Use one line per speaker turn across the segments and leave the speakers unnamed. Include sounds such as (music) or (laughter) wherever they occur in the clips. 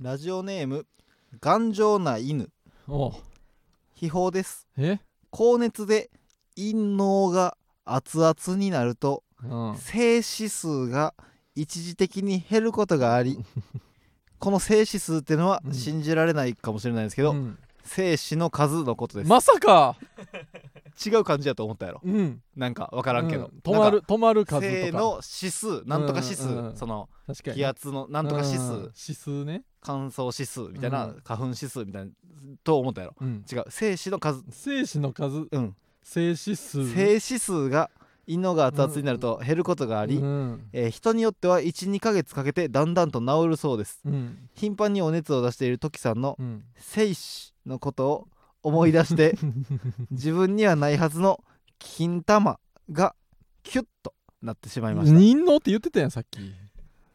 ラジオネーム頑丈な犬
おう
秘宝です
え
高熱で陰嚢が熱々になると
うん
静止数が一時的に減ることがあ
(laughs)
りこの静止数っていうのは
うん
信じられないかもしれないですけ
う
ど
ん
静止の数のことです、
まさか
違う感じやと思ったやろ
うん
なんか分からんけど、
うん止ま
なん
る止まる
か
数
静
とか
の指数なんとか指数、
うんうんうん
その
確かに
気圧のなんとか指数、
うん指数ね
乾燥指数みたいな、
うん
花粉指数みたいなと思ったやろ
うん
違う精子の数
精子の数
うん
精子数
精子数が胃のが熱々になると減ることがあり、
うん
えー人によっては12ヶ月かけてだんだんと治るそうです
うん
頻繁にお熱を出しているトキさんの
うん
精子のことを思い出して
(laughs)
自分にはないはずの金玉がキュッとなってしまいました
人のって言ってたやんさっき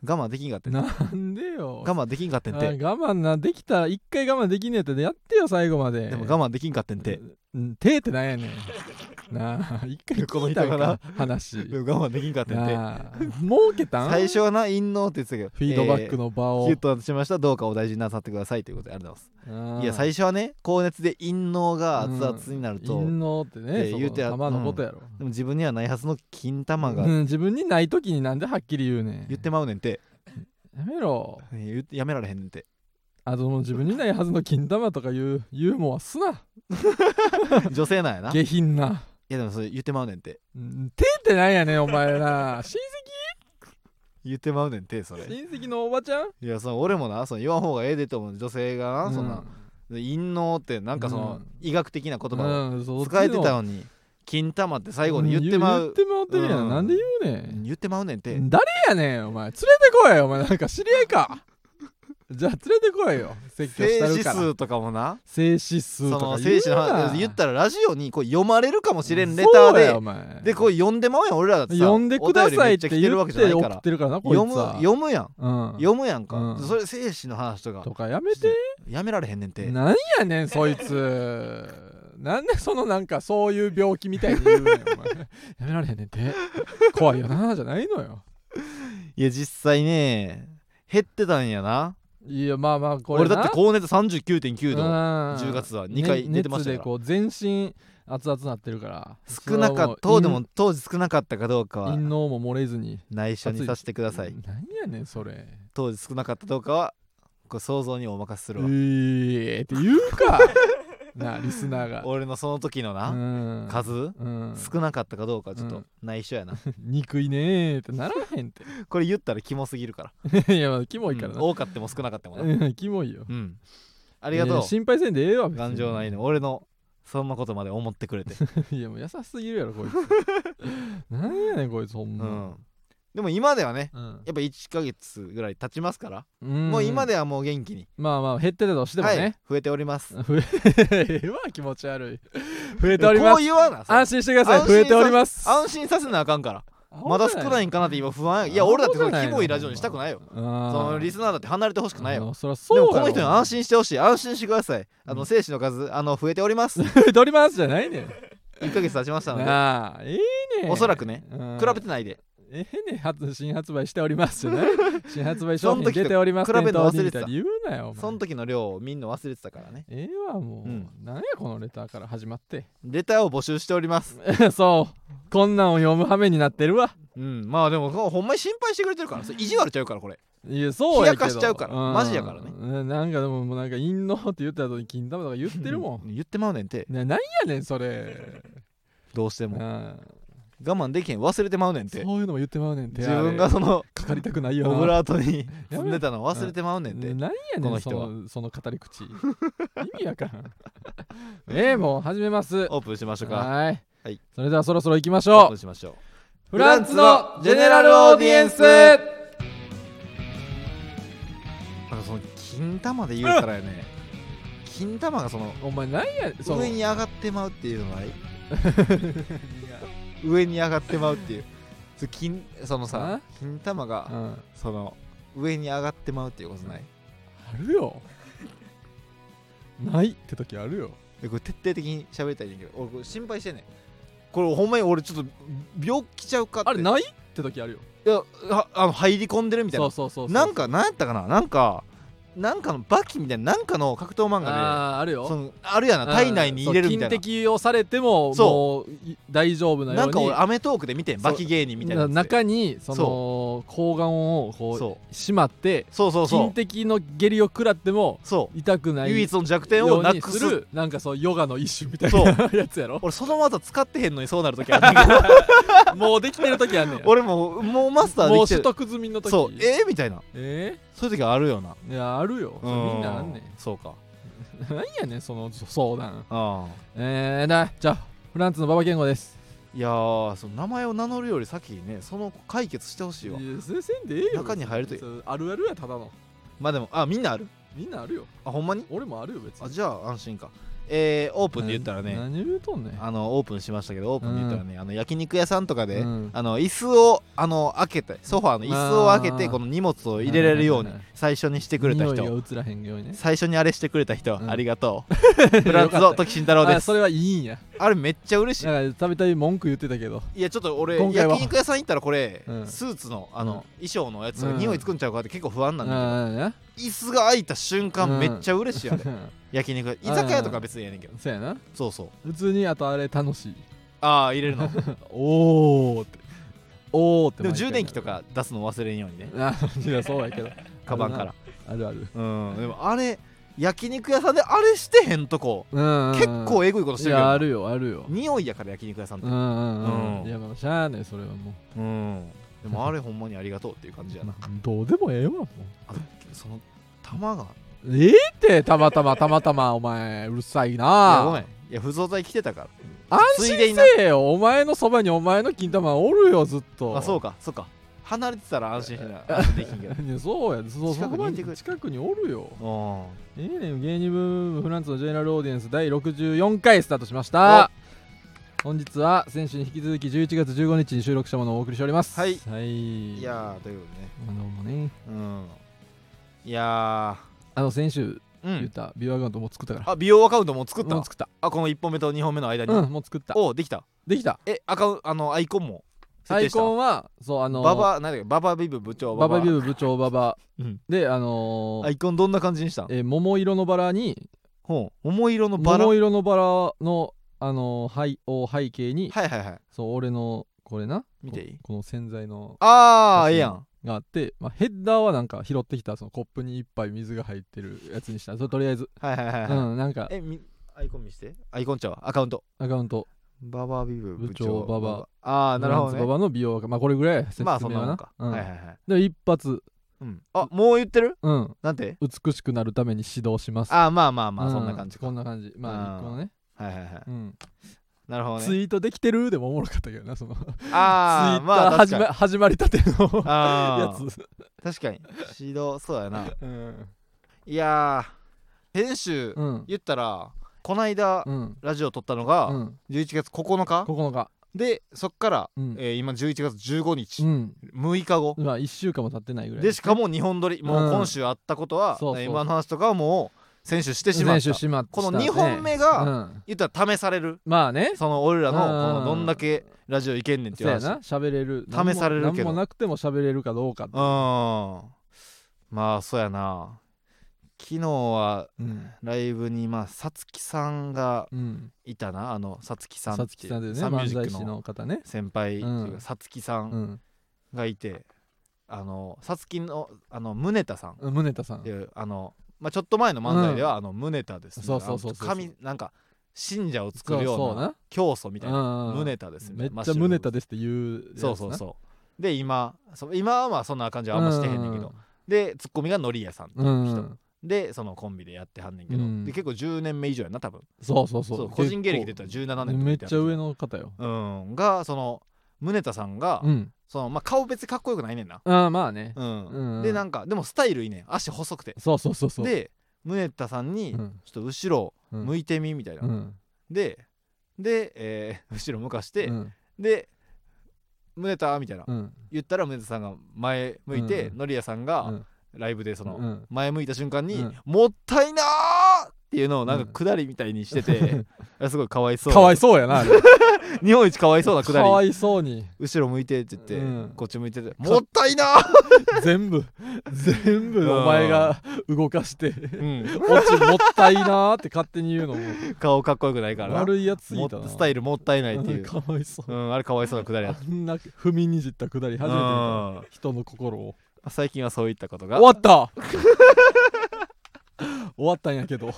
我慢できんかってんて
なんでよ
我慢できんかってん
あ
て
我慢なできたら一回我慢できねえってやってよ最後まで
でも我慢できんかってんて
うん手ってなんやねんなあ一回聞いたん
この人がな
か話
でも我慢できんかってんて
なあ儲けたん
最初はな陰謀って言ってたけど
フィードバックの場
えー
を、
キュッとなってしまいましたどうかお大事になさってくださいということでありがとうございます
ああ
いや最初はね高熱で陰嚢が熱々になると、
陰謀って
って
ねそ
言う
の
てや
玉のことやろ、
でも自分にはないはずの金玉
う
が
ん、自分にない時になんではっきり言うねん
言ってまうねんて、
やめろ
言ってやめられへんねん
(laughs)
て
あともう自分にないはずの金玉とかいうユーモアすな
女性なんやない
下品な、
やでもそれ言ってまうねんて
うん、手ってなんやねんお
(laughs)
前な親
言ってまうねんてそれ
戚親戚のおばちゃん
いやその俺もなその言わん方がええでと思う女性がな、そんな陰嚢ってなんかその、
うん
医学的な言葉
うんそ
を
っちの
使えてたのに金玉って最後に言ってま
言っ
う、
てまうてるやん、
うん
なんで言うねん
言ってまうねんて、
誰やねんお前連れてこいよお前なんか知り合いか
(laughs)
じゃあ連れてこいよ説教し
静
た
止
るから
数とかもな
静止数
そ
と
の
か
精
言
子
う
の
な
話言ったらラジオにこう読まれるかもしれんレタ
そうだよお
ー
前
ででこう読んでまうやん俺らだってさ
呼んでくださいって
お便りめちゃ来てる
言
わ
っ
けじゃな
て
い
送
から
ってるからなこいつ
読む
は
読むやん
うん
読むやんか、
うん
それ精子の話とか
とかやめて
やめられへんねんて
なんやねんそいつ (laughs) なんでそのなんかそういう病気みたいに言うねんお前 (laughs) やめられへんねんて怖いよなじゃないのよ
いや実際ね減ってたんやない
やまあまあこれ
俺
な
だって高熱39.9度
10
10月は2回出てましたか
熱で
ら、
こう全身熱々なってるから
少なかった当でも当時少なかったかどうか
それは
は
もう陰陰嚢も漏れずに
内緒にさせてください
何やねんそれ
当時少なかったかどうかはこう想像にお任せす
う
るわ、
えーって言う
(laughs)
かなあリスナーが
俺のその時のな、
うん
数
うん
少なかったかどうかはちょっ
う
と
ん
内緒やな、
憎いねーってならへんっ
これ言ったらキモすぎるから
て (laughs) いやまあキモいから
うん
な、
多かっても少なかってもな
うんキモいよ
うんありが
い
と
や
う
心配せんでええわ別に
頑丈ないの俺のそんなことまで思ってくれて
(laughs) いやもう優しすぎるやろこいつ何やねんこいつほ (laughs) ん
う
ま、
んでも今ではね
うん
やっぱ1ヶ月ぐらい経ちますから、
うん
もう今ではもう元気に、
まあまあ減ってたとしてもね、
はい、増えております
増 (laughs) えうわ気持ち悪い増えておりま
こう
す
言わな
安心してくださ
安
い
心
増えております
安心させなあかんからまだ少ないんかなって今不安やいや
あほん
俺
ま
だってそ
じゃ
の
ない
キ
の
モいラジオにしたくないよ
そ
そのリスナーだって離れてほしくないよ
そりゃそう
で
や
も
ろ
この人に安心してほしい安心してくださいあ
う
の
ん
精子の数あの増えております
(laughs) 増えておりますじゃないね
(laughs)
ん
1ヶ月経ちました
(laughs)
ので
なあええねん
おそらくね
うん
比べてないで
ええねん発新発売しておりますじゃ
(laughs)
ない新発売商
そん
品
時と
出ております
比べるの忘れてた
店頭にみいな言うなよお前
その時の量を見んの忘れてたからね
ええわもう、
うん
なんやこのレターから始まって
(laughs) レターを募集しております
そうこんなんを読む羽目になってるわ
うんまあでもほんまに心配してくれてるから
(laughs)
それ意地悪ちゃうからこれ
いやそうやけど
冷やかしちゃうからマジやからね
ねなんかでももうなんか陰謀って言った後に金玉とか言ってるもん
う言ってまうねんて
ななんやねんそれ
どうしても
なあ
我慢できへん忘れてまうねん
そ
て
ういうのも言ってまうねんて
自分がその
あれかかりたくないよ
オ
な
ブラートに積んでたの忘れてまうねんて
なんや
こ
ね
の
ん
人
そ
は
のその語り口意味わからんええもう始めます
オープンしましょうか
はー
はいい
それではそろそろ行きまし
オー
ょ
プ
う
ンしましょう
フランスのジェネラルオーディエンス
なんかその金玉で言うたらやね金玉がその
お前なんやその
上に上がってまうっていうのはない上に上がってまうっていうそ金そのさ金玉
う
が
ん、あ
その上に上がってまうっていうことない
るよないって時あるよ
でこれ徹底的に喋りたいねんだけど俺これ心配してんねんこれほんまに俺ちょっと病気ちゃうかって
あれないって時あるよ
いやはあの入り込んでるみたい
そ
な
うそうそうそう
なんかなんやったかななんかなんかのバキみたいななんかの格闘漫画
あーある
で
よ
そのあるやな体内に入れるみたい
そう金的をされても
そ
もうい大丈夫
な
なように
なんか俺アメトークで見てん
そう
バキ芸人みたいなやつで
中にその睾丸をこ
そう
しまって
うそうそうそ
金
う
的の下痢を食らっても
そ
痛くな
う
い
唯一の弱点をなく
ように
す
るなんかそうヨガの一種みたいなやつ
(laughs)
やろ
俺その技使ってへんのにそうなる時あるん (laughs) だけど
もうできてる時あんねん
俺もうもうマスターで
もう
きて
取
る
得済みの時
そうえーみたいな
え
そういう時あるよな
ーいやあるよそれみんなあんね
うそうか
んなんやねんそのそ相談
あ
えー、なじゃあフランツの馬場健吾です
いやーその名前を名乗るより先にねその解決してほしいわ
いやせせんでええよ
中に入るといい
そうあるあるやただの
まあでもあみんなある
みんなあるよ
あほんまに
俺もあるよ別に
あじゃあ安心かえー、オープンで言ったらね
な何言うとんねん
あのオープンしましたけどオープンで言ったらね、あの焼肉屋さんとかで、
うん
あの椅子をあの開けてソファーの椅子を開けて
あー
この荷物を入れれるように
はいはいはい
最初にしてくれた
匂い
人
が映らへんようにね
最初にあれしてくれた人、
うん
ありがと
(laughs)
うフランツの時慎太郎で
あ
す
それはいいんや
あれめっちゃ嬉しい
なんかたびたび文句言ってたけど
いやちょっと俺
今回は
焼肉屋さん行ったらこれ、
うん
スーツのあの、
うん
衣装のやつが
うん
匂いつくんちゃうかって結構不安なんだ
あ
けど、椅子が開いた瞬間、
うん
めっちゃ嬉しいあれ
(laughs)
焼肉屋居酒屋とか別にやねんけど、
そうやな
そうそう
普通にあとあれ楽しい
ああ入れ
(laughs)
るので
おおっておおって
も
毎回
充電器とか出すの忘れんよう
(laughs)
にね
あ (laughs) いやそうやけど
カバンから
あるある
うんでもあれ焼肉屋さんであれしてへんとこ
うん
結構
え
えぐいことし
い
てるけど
やあ
な
るよあるよ
匂いやから焼肉屋さんっ
う
て
んうんう
うん
んいやまあしゃあねそれはもう
うんでもあれほんまにありがとうっていう感じやな
どうでもええわもう
その玉が
ええってたまたまたまたまお前うるさい
いやごめ
な
い
ん
や不造剤来てたから
安
つい
心
でにな
せえよお前のそばにお前の金玉おるよずっと
あそうかそうか離れてたら安心し
(laughs)
ない安心できんけど
いやそうやそう
近く
そこ
に
ま
いて
で
くれ
近くにおるよ
うん
ええねん芸人ブームフランスのジェネラルオーディエンス第64回スタートしました本日は先週に引き続き11月15日に収録したものをお送りしております
はい
い
いやーということでね
あのもうね
うんいや
あの先週
ーう
言っ
ん
たビューアカウントもう作ったから
あ美容アカウントもう作った
もう作った
あこの1本目と2本目の間に、
うんもう作った
おできた
できた
えアカウンあのアイコンも設
ア
定
イ
した
コンはそうあの
ババ何だっけババビブ部長
ババビュー部長ババ
うん
であのー
アイコンどんな感じにしたん
えー桃色のバラに
ほう桃色のバラは
桃
い
色のバラのあのーはいを背景に
はいはい
そう俺のこれな
見ていい
ここの洗剤の
ああ
写真
ええやん
があって、まあ、ヘッダーはなんか拾ってきたそのコップに一杯水が入ってるやつにしたそれとりあえず、
はいはいはいはい、
うんなんか
えみアイコン見してアイコンちゃうわアカウント
アカウント
ババビブ部長
部長ババ
ああなるほど
バ
ね
バの美容がまあこれぐらい説明
まあ
は
そん
な,、
なもんか、
うん
はいはいはい、
で一発、
うん、あもう言ってる
うん、
なんて
美しくなるために指導します
あーまあまあまあ、
う
そんな感じか
こ
は
んな感じま
うん
あ一個のね、
いはいはい
うん
なるほど
ツ
ね
イートできてるでもおもろかったけどなその
あ
ツ
あ
イッ
ま
ター
あ確
始
か
ま,、
に
始まりたてのや
あー
つ、
確かに指導そうやな
うん
いやー編集
うん
言ったらこないだ
うん
ラジオ撮ったのが
うん、
11月9日
9日、
でそっから、
うん
えー今11月15
う
日
ん、
6日後
まあ1週間も経ってないぐらい
でしかも2本撮りもう今週あったことは
そうそう
今の話とかはもう選手してしまっ
選
た
手しまった
この2本目
が、
が
うん
言ったら試される
まあね
その俺らのこ
う
の
ん
どんだけラジオいけんねんって
そ
いう
う
話
やな喋れる
試されるけど
何もなくても喋れるかどうかって
うんまあそうやな昨日は
うん
ライブにまあさつきさんが
うん
いたなあのさつきさん
さ
っ
つ
て
き
い
さんで
う
ね
サンミュー
漫
ジッ
才
ク
師
の
の方ね
先輩っていう
う
か
ん
さつきさ
うんん
がいてあのさつきのあの宗田さん
宗田さん
っていうあの、まあ、ちょっと前の漫才では、あの宗田です
そうそうそうそう
あの神なんか信者を作
そ
る
う
よ
そう
うな教祖みたいな
胸
宗田ですみた
め
い
っ
な
ちゃ宗田
で
ですって言うやつな
そうそうそうで今そう今はまあそんな感じはあんましてへんねんけど、でツッコミがのりやさんっていううん人、
うん
でそのコンビでやってはんねんけど、
うん
で結構10年目以上やな多分
そうそう
そ
そうう
個人芸歴で言ったら17年とか
め
言
って
は
ち
る
ゃ上の方よ
うんがその宗田さんが、
うん
そのまあ顔別にかっこよくないねんな
ああまあね
うん、
うん
でなんかでもスタイルいいねん足細くて
そうそうそうそう
で宗田さんに、
うん
ちょっと後ろ
うん
向いてみみたいな、
うん
でで、えー (laughs) 後ろ向かして、
うん
で宗田みたいな、
うん
言ったら宗田さんが前向いて、
うん
のりやさんが
うん
ライブでその
うん
前向いた瞬間に「
うん
もったいなー!」ってっていうのをなんか下りみ (laughs) たいにしてて、あれすごいかわいそう
かわいそうやなあれ
日本一かわいそうな
か
下
わ
り
いそうに
後ろ向いてって言って、
うん
こっち向いててもったいな、
(laughs) 全部全
う
部
ん
お前が動かして
うん、
オチもったいなーって勝手に言うのも
顔かっこよくないから
悪いやつ
も
い
った
な
スタイルもったいないっていう、
かわいそう
うん、あれかわいそうな下りやっ
あんな踏みにじったくだり初めて見たわ人の心を
た最近はそういったことが
終わった (laughs) 終わったんやけど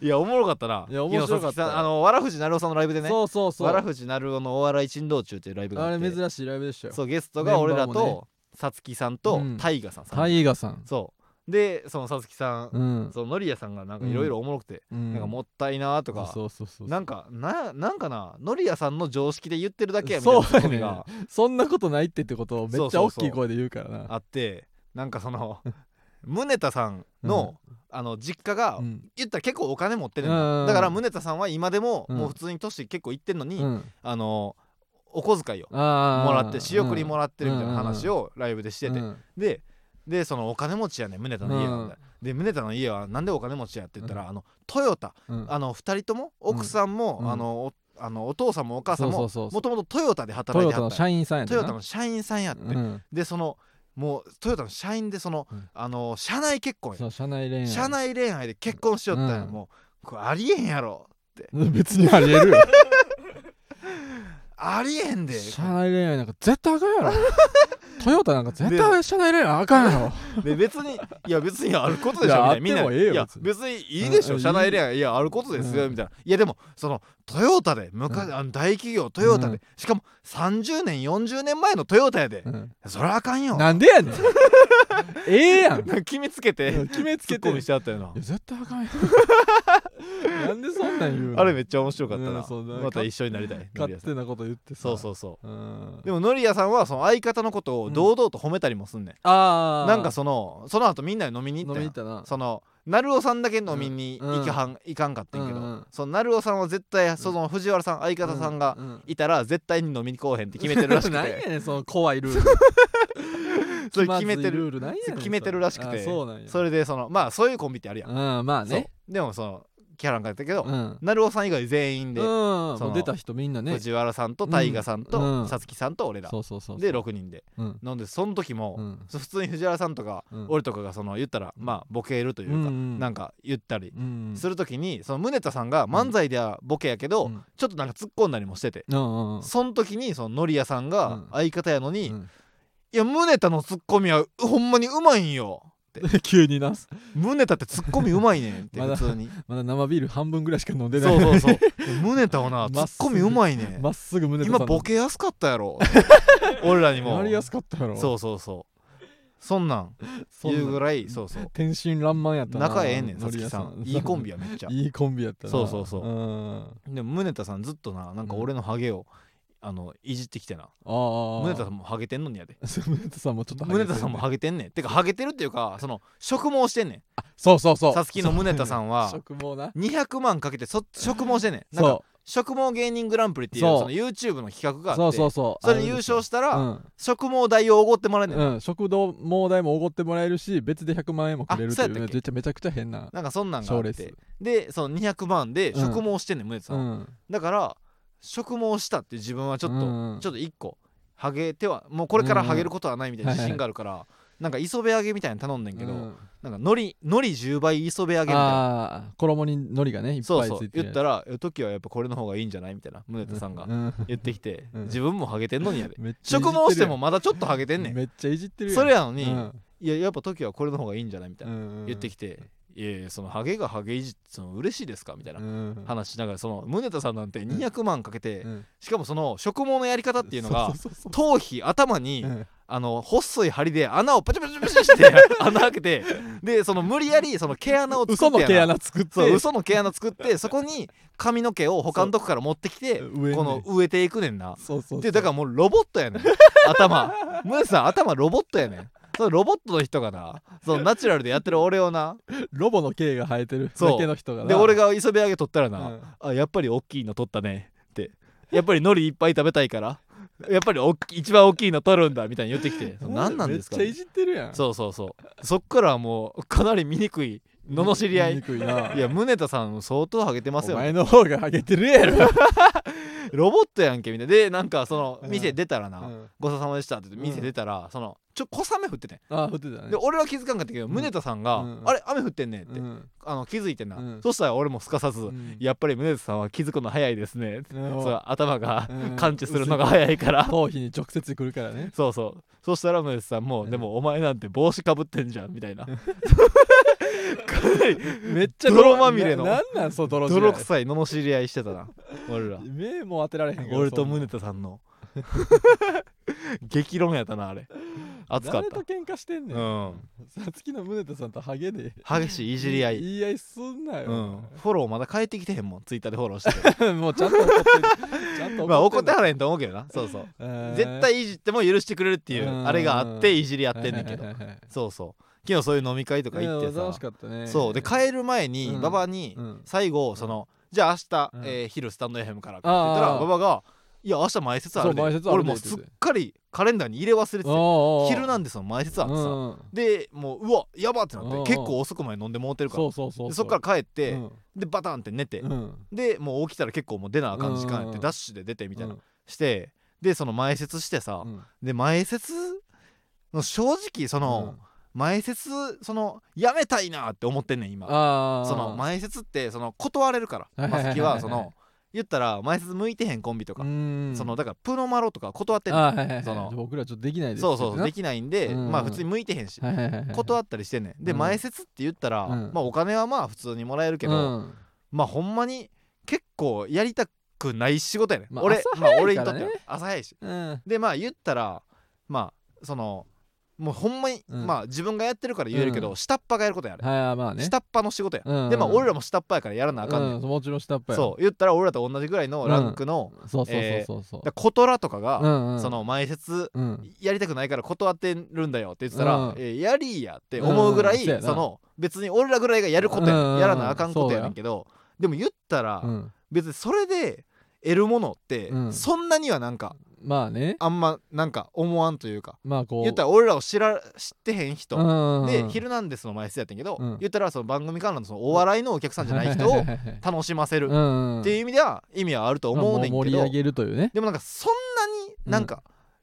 いやおもろかったない
や面白か
昨日佐々
った
木さんあのわらふじなるおさんのライブでね
そうそうそ
わら
う
ふじなるおのお笑い珍道中っていうライブが
あ
あっ
れ
て
珍しいライブでしたよ
そうゲストが俺ら
メンバーも
とさつきさんと
うん
タイガさん、
タイガさん
そうでそのさつきさん、
うん
そののりやさんがなんかいろいろおもろくて、
うん
なんかもったいなとか、
そうそうそう
なんかななんかなのりやさんの常識で言ってるだけやみたい
そ
な
う
ツッ
や
コ
ね
ミ
ん
が
そんなことないってってことをめっちゃ
そうそう
大
そう
きい声で言うからな
あってなんかそ
(laughs)
の宗田さんの,、あの実家が、
うん
言ったら結構お金持ってる
うんうんうん
だから宗田さんは今でも、
うん
もう普通に年結構いってんのに、
うん
あのお小遣いを
もら
もらって仕送りもらってるみたいな話をライブでしてて、
うん
ででそのお金持ちやね宗田の家なんだ、
う
で宗田の家はなんでお金持ちやって言ったら、あのトヨタ
うん
あの2人とも奥さんも、
うん
あのおあのお父さんもお母さん
そ
も
うそうそう
もともとトヨタで
ト
働い
ヨ
て
タ
はったんや
の社員さんやった
ト
な
ヨタの社員さんやって、
うん
でそのもうトヨタの社員でその、
うん
あの社内結婚や
そう社内恋愛
社内恋愛で結婚しよったんや、
うん
もうこれありえへんやろ
別にありえ
(laughs)
るよ
ありえへんで
社内恋愛なんか絶対あかん
(laughs)
やろトヨタなんか絶対社内恋愛あかんやろ
で別にいや別にあることでし
いや
ょみ
あ
たいな
っても
みんな
ええよ
いや
別に
別にいいでしょ、
うん
社内恋愛いやあることですよ、
うん
みたいないやでもそのトヨタで昔、
うん
あの大企業トヨタで、
うん
しかも30年40年前のトヨタやで、
うん
そりゃあかんよ
なんでやねんええやん
なん (laughs) か決めつけて
うん決めつ
ツ
け
ッ
て
コ
いや
ミしちゃったよな
絶対あかんやんなんでそんなん言うの
あれめっちゃ面白かった
うん
な
そうだ
また一緒になりたいのり
勝
やさん
手なこと言ってさ
そうそうそう
うん
でものりやさんはその相方のこと
う
を
ん
堂々と褒めたりもすんねん、
ああ
なんかそのその後みんなで飲みに
飲
行っ
み
た
に
やん
行ったな
その成尾さんだけ飲みに行かはん、行かんかってんけど、
うんうん
その成尾さんは絶対その藤原さん相方さんが
うんうん
いたら絶対に飲みに来おへんって決めてる
(laughs)
らしく
なんや
て
ねんその怖いルール
(laughs) それ決めて
気まずいル
る
ールなんやねん
決めてるらしくて
あそうなんや
それでそのまあそういうコンビってあるやん、
うんまあね
そうでもそのキャランかやったけど、
うん
成尾さん以外全員で、
うんも
そうの
出た人みんなね
藤原さんと大河さん
うんう
と
ん
さつきさんと俺ら、
そうそうそうそう
で6人で
うん
なんでその時も、
うん
そう普通に藤原さんとか、
うん
俺とかがその言ったらまあボケるというか、
うんうん
なんか言ったり
うん
する時にその宗田さんが漫才ではボケやけど、
うん
ちょっとなんか突っ込んだりもしてて、
うんうんうん
その時にそのノリヤさん
う
が
ん
相方やのに「
う
い
ん (laughs)
や宗田のツッコミはほんまにうまいんよ」
急にな
「宗田ってツッコミうまいねん」って
(laughs) まだ
普通に。
まだ生ビール半分ぐらいしか飲んでない
そうそうそう
(laughs)
宗田はなツ
まっ
ッ
す
コ
ぐ
ミうまいねん
まっすぐ胸
今ボ
ケ
ケやすかったや
(laughs)
ろ俺らにも
やりやすかったやろ
そうそうそうそんなん
そんな
言うぐらいそうそう
天真爛漫やったな
仲ええねんさ
ノ
つ
リ
き
屋
さんいいコンビやめっちゃ
いいコンビやったな
そうそうそう
うんあ
でも宗田さんずっとななんか俺のハゲをあのいじってきてな
あ宗
宗田さんもハゲてんのにやで
(laughs) 宗田さんもちょっとハゲて
宗
る
田さんもハゲてんねんてかハゲてるっていうかその植毛してんねん
そうそうそう
さつきの宗田さんは
(laughs) 食毛な
200万かけてそ植毛してんねんなんか
そ
植毛芸人グランプリっていう
そう
その YouTube の企画
う
があ
そ
っ
う
て
そうそう
それで優勝
し
したら
うん
植毛代をおごってもらえんねん
うん、食堂も代もおごってもらえるし別で100万円もくれるとい
あ
う
そうやったっけ
めちゃめちゃくちゃ変な
なんかそんなんがあ
賞
っ
レー
て
ス
でその200万で植毛してんねん宗田さ
うん
は
ん
だから植毛したって自分はちょっと、
うんうん
ちょっと一個ハゲてはもうこれからハゲることはないみたいな自信があるから、なんか磯辺揚げみたいなの頼んでんけど、
うん
なんかのりのり10倍磯辺揚げみたいな
ああ衣に海苔がねいっ
そ
ぱ
う
い
そ
つ
う
いて
言ったら「時はやっぱこれの方がいいんじゃない?」みたいな宗田さんが
うん
言ってきて、
うん
自分もハゲてんのにや
(laughs)
で
めっちゃいじ
植
ってるやん
毛してもまだちょっとハゲてんねん
めっちゃいじってるやん
それやのに、
うん
いややっぱ時はこれの方がいいんじゃないみたいな、
うん
言ってきて「いやいやそのハゲがハゲいじってその嬉しいですか?」みたいな
うん
話しながらその宗田さんなんて200万かけて、
うん
しかもその植毛のやり方っていうのが
そうそうそう
頭皮頭に、
うん
あの細い針で穴をパチパチパチパチって
(laughs)
穴開けてでその無理やりその毛穴を作って
嘘の毛
やな
穴作って
そう嘘の毛穴作ってそこに髪の毛を他のとこから持ってきて
そう
こ
植えんねん
の植えていくねんな
そうそうそう
でだからもうロボットやねん頭宗さん頭ロボットやねんそのロボットの人がなそのナチュラルでやってる俺をな
ロボの毛が生えてる
そう
だけの人がな
で俺が磯辺揚げ取ったら
う
な、
ん
あやっぱり大きいの取ったねってやっぱり海苔いっぱい食べたいからやっぱりおっき一番大きいの取るんだみたいに言ってきて何なんですか
めっちゃいじってるやん
そうそうそうそっからはもうかなり醜い罵り合い
にくいない
や宗田さん相当ハゲてます
お
よ、ね、
前の方がハゲてるやろ、
ロボットやんけみたいなでなんかその
うん
店出たらな、
うん
ごちそうさまでしたって言って
うん
店出たら、そのちょ小雨降ってて
あ降ってたね
で俺は気づかんかったけど
うん
宗田さんが、
うん
あれ雨降ってんねんって、
うん
あの気づいてんな、
うん
そしたら俺もすかさず、
うん
やっぱり宗田さんは気づくの早いですね、
うん
そう頭が
うん
感知するのが早いから、
頭皮に直接来るからね
(laughs) そうそうそしたら宗田さんも、
うん
でもお前なんて帽子かぶってんじゃんみたい (laughs) なかなり
めっちゃ
泥まみれの
ななんなんそう泥
泥
い
臭い罵り合いしてた
(laughs)
な俺ら
目も当てられへんか
(laughs)
ら
俺と
そんな
宗田さんの (laughs) 激論やったなあれ熱かっ
誰と喧嘩してんね
た
ん
うん
さつきの宗田さんとハゲで
激しいいじり合い
言い合いすんなよ
う、ん、フォローまだ返ってきてへんもんツイッターでフォローしてて
もうちゃんと怒ってるちゃんと
まあ怒
(laughs) 怒
っ
っててん
は
の
らへんと思うけどなそうそう
えー
絶対いじっても許してくれるっていう
うん
あれがあっていじり合ってんねんけど
はいはいはいはい
そうそう昨日そういう飲み会とか行って
いや
さ
楽しかったね
そうで帰る前に
うん
馬場に
うん
最後そのじゃあ明日
うん
えー昼スタンド FM からって言ったら
あー
馬場が「いや明日前説あるで
そう前説あ
俺
るで
もうすっかりカレンダーに入れ忘れてて「
お
昼なんんでその前説あって
う
さ
んうん
でもううわやばってなっ
うんうん
て結構遅くまで飲んでもうてるから
そうそうそう
でそっから帰っ
う
て
ん
でバタンって寝て
うん
でもう起きたら結構もう出なあかん時間や
うん
っ
うんう
て
ん
ダッシュで出てみたいな
うん
してでその前説してさ
うん
で前説の正直その前説そのやめたいなって思ってんねん今
あー
その前説ってその断れるから
はいはいは
松
いはい
木はその言ったら前説向いてへんコンビとか
うん
そのだからプロマロとか断ってんねん
あーはいはいはい
その
僕らちょっとできないです
そうそうそうで
き
きないんで
うん
まあ普通に向いてへんし
はいはいはいはい
断ったりしてんねんで
うん
前説って言ったら
うん
まあお金はまあ普通にもらえるけど
うん
まあほんまに結構やりたくない仕事やねん
まあ
俺
朝
まあ
早い
俺に
か
とっ
ら
て
ね
は朝早いし
うん
でまあ言ったらまあそのもうほんまに
うん
まあ自分がやってるから言えるけ
う
ど下っ端がやることやあれ
はいあまあね
下っ端の仕事や
うん
でまあ俺らも下っ端やからやらなあかんねん
うんもちろん下っ端や
そう言ったら俺らと同じぐらいのランクの、
そうそう
えー
そうそうそう
だからコトラとかが、
うんうん
その前説
うん
やりたくないから断ってるんだよって言ってたら、
うん
えーやりーやって思うぐら
う
い、
んそうやな
その別に俺らぐらいがやることや、
うん
やらなあかんことやねんけどでも言ったら、
うん
別にそれで得るものって、
うん
そんなにはなんか
まあね
あんまなんか思わんというか
まあこう
言ったら俺らを知ら知ってへん人、
うん
で「ヒルナンデス」の前説やってんけど、
うん
言ったらその番組からのそのお笑いのお客さんじゃない人を楽しませるっていう
う
意味では意味はあると
と
思うねんけ
盛り
ど
上げるというね
でもなんかそんなになんか、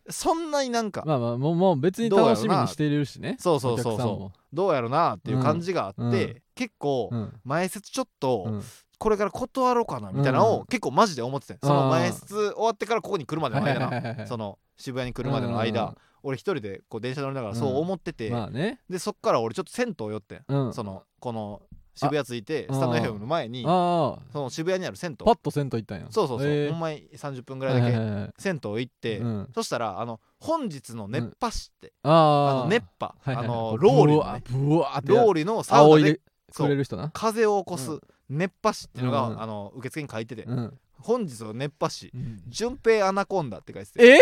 そんなになんか、
まあまあもうもう別に楽しみにしているしね
そうそうそうそううどうやろなっていう感じがあって、
うんうん
結構
うん
前説ちょっと
うん
これから断ろうかなみたいなの
うん
を結構マジで思ってたよその前説終わってからここに来るまでの間
はいはい
な
はいはい
その渋谷に来るまでの間、
うん
俺一人でこう電車乗りながらそう思ってて、
まあね
でそっから俺ちょっと銭湯寄ってん、
うん
そのこの渋谷着いて
あ
スタンド FM の前に
ああ
その渋谷にある銭湯
パッと銭湯行ったんや
そうそうそう、
へえ
ほんまに30分ぐ
は
ら
い
いだ
はい
け
はいはい
銭湯行って、
うん
そしたらあの本日の熱波師って、あ
あ
の
あ
熱波、
はいはい
あ
はい
の
こう
ロウリュ
ブ
の
ワ
ね
ブワーって
ロウ
リ
リュのサウ
仰
ナ
い
で
でくれる人な
風を起こす
うん
熱波師っていうのが、
うん
あの受付に書いてて、
うん
本日の熱波師
うん
順平アナコンダって書いてて
え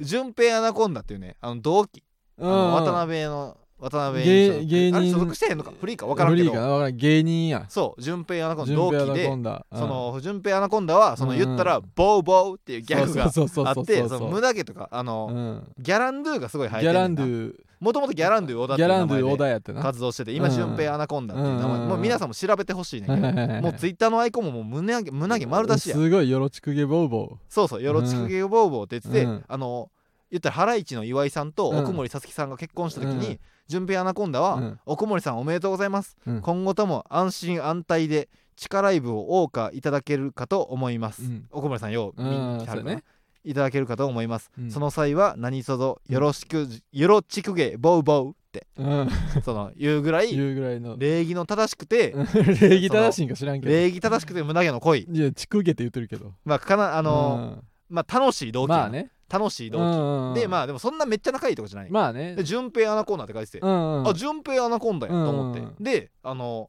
順平アナコンダっていうねあの同期、
う
あの
ん
渡辺の渡辺
芸芸人
あれ所属してへんのかフリーか分からんけ
フリーか
ど
なわからん芸人や
そう順平アナコンダ
順
同
平
期
アナ
で
コンダうん
その順平アナコンダはその言ったら、
うん
ボーボーっていうギャグが
そうそう
あ
そう
っ
そう
て
そう
その胸毛とかあの、
うん
ギャランドゥがすごい
ギ
生えて
ャランド
ゥ
ゥ
もともとギャランドゥ小田って
ギ
い
ャ
う
ラ
名
ンドゥ
前
小田
で
やってな
活動してて今
うん
順平アナコンダっていう名
う
前
ん
もう皆さんも調べてほしいねんけどもうツ
イ
イッターのアイコンももう胸上げ胸毛丸出しや
すごいよろちくげボウボ
そうそうよろちくげぼうぼうって言って
う
て
ん
あの言ったらハライチの岩井さんと
うん
奥森さつきさんが結婚した時
う
に
ん
順平アナコンダ
う
は
ん
「奥森さんおめでとうございます
うん
今後とも安心安泰で力イブを謳歌いただけるかと思います
うん」
奥森さんよう見に来はる
うんそう
か
や
な
ね
いただけるかと思います
うん
その際は何卒よろしくよろちくげぼうぼうって
うん
その言うぐらい
いうぐらいの
礼儀の正しくて
礼儀正しいんか知らんけ
礼儀正しくて胸毛の濃い
どいやちくげって言ってるけど
まあかなあ
あ
のまあ楽しい同期
まあね
楽しい同期でまあでもそんなめっちゃ仲いいとかじゃない
まあね
で順平アナコンダって書いてて
うんうん
あ順平アナコンダやと思っ
う
て
ん
であの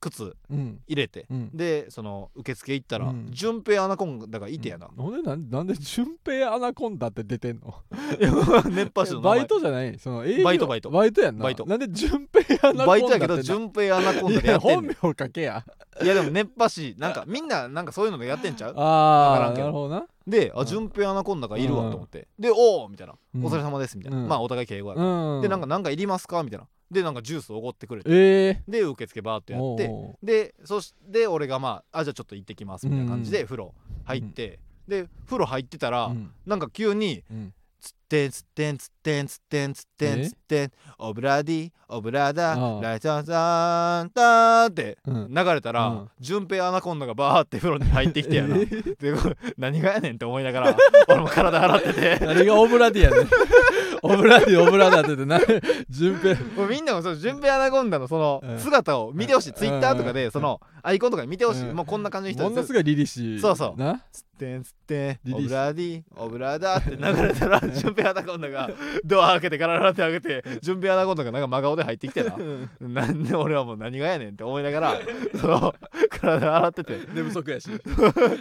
靴
うん
入れて
うん
でその受付行った
う
ら
ん
順平アナコンダがいてやな
うんなんでなんなんで順平アナコンダって出てんの
熱波師の名
バ
前
イトじゃないその営業
バイトバイト
バイトやんな
バイト
なんで順平アナコンダってな
バイトやけど順平アナコンダ
い
でや
や
ってん
本
ねん
名書けや
いやでも熱波師なんかみんななんかそういうのでやってんちゃうわから
あ
ん
あ
けど
なるほどな
で、
う
あ、
ん
順平アナコンダがいるわと思って、で、おおみたいな、
うん
お疲れ様ですみたいな、
うん
まあお互い敬語やから、
うん
で、なんか、なんかいりますかみたいな、でなんかジュースをおごってくれて
え
で受付バーっと
え
やって
お
でそして俺がまああじゃあちょっと行ってきますみたいな感じ
うん
で風呂入って、で風呂入ってたら、
ーうん
なんか急に
うん
「つってんつってんつってんつってんつってん
え
つってんオブラディオブラダ
ああ
ライチャンサンタ」って
うん
流れた
う
ら
ん
順平アナコンダがバーって風呂に入ってきてやな
え
で
ー
これ何がやねんって思いなが (laughs) ら俺も体洗ってて
誰がオブラディ
(laughs)
やねんオブラディオブラダっててな順平
もうみんなもその順平アナコンダのその
うん
姿を見てほしい、
うん
ツイッターとか
うん
でそのアイコンとかで見てほしい、
うん
もうこんな感じの人
ものすごい凛々しい
そうそう
な
つってんつってん
リ
オ
リース
ブラディオブラダーって流れた (laughs) ら順平アナコンダがドア開けてガラガラって開けて順平アナコンダがなんか真顔で入ってきて (laughs) ななんで俺はもう何がやねんって思いながらその体洗ってて
(laughs) 寝不足
(laughs)
やし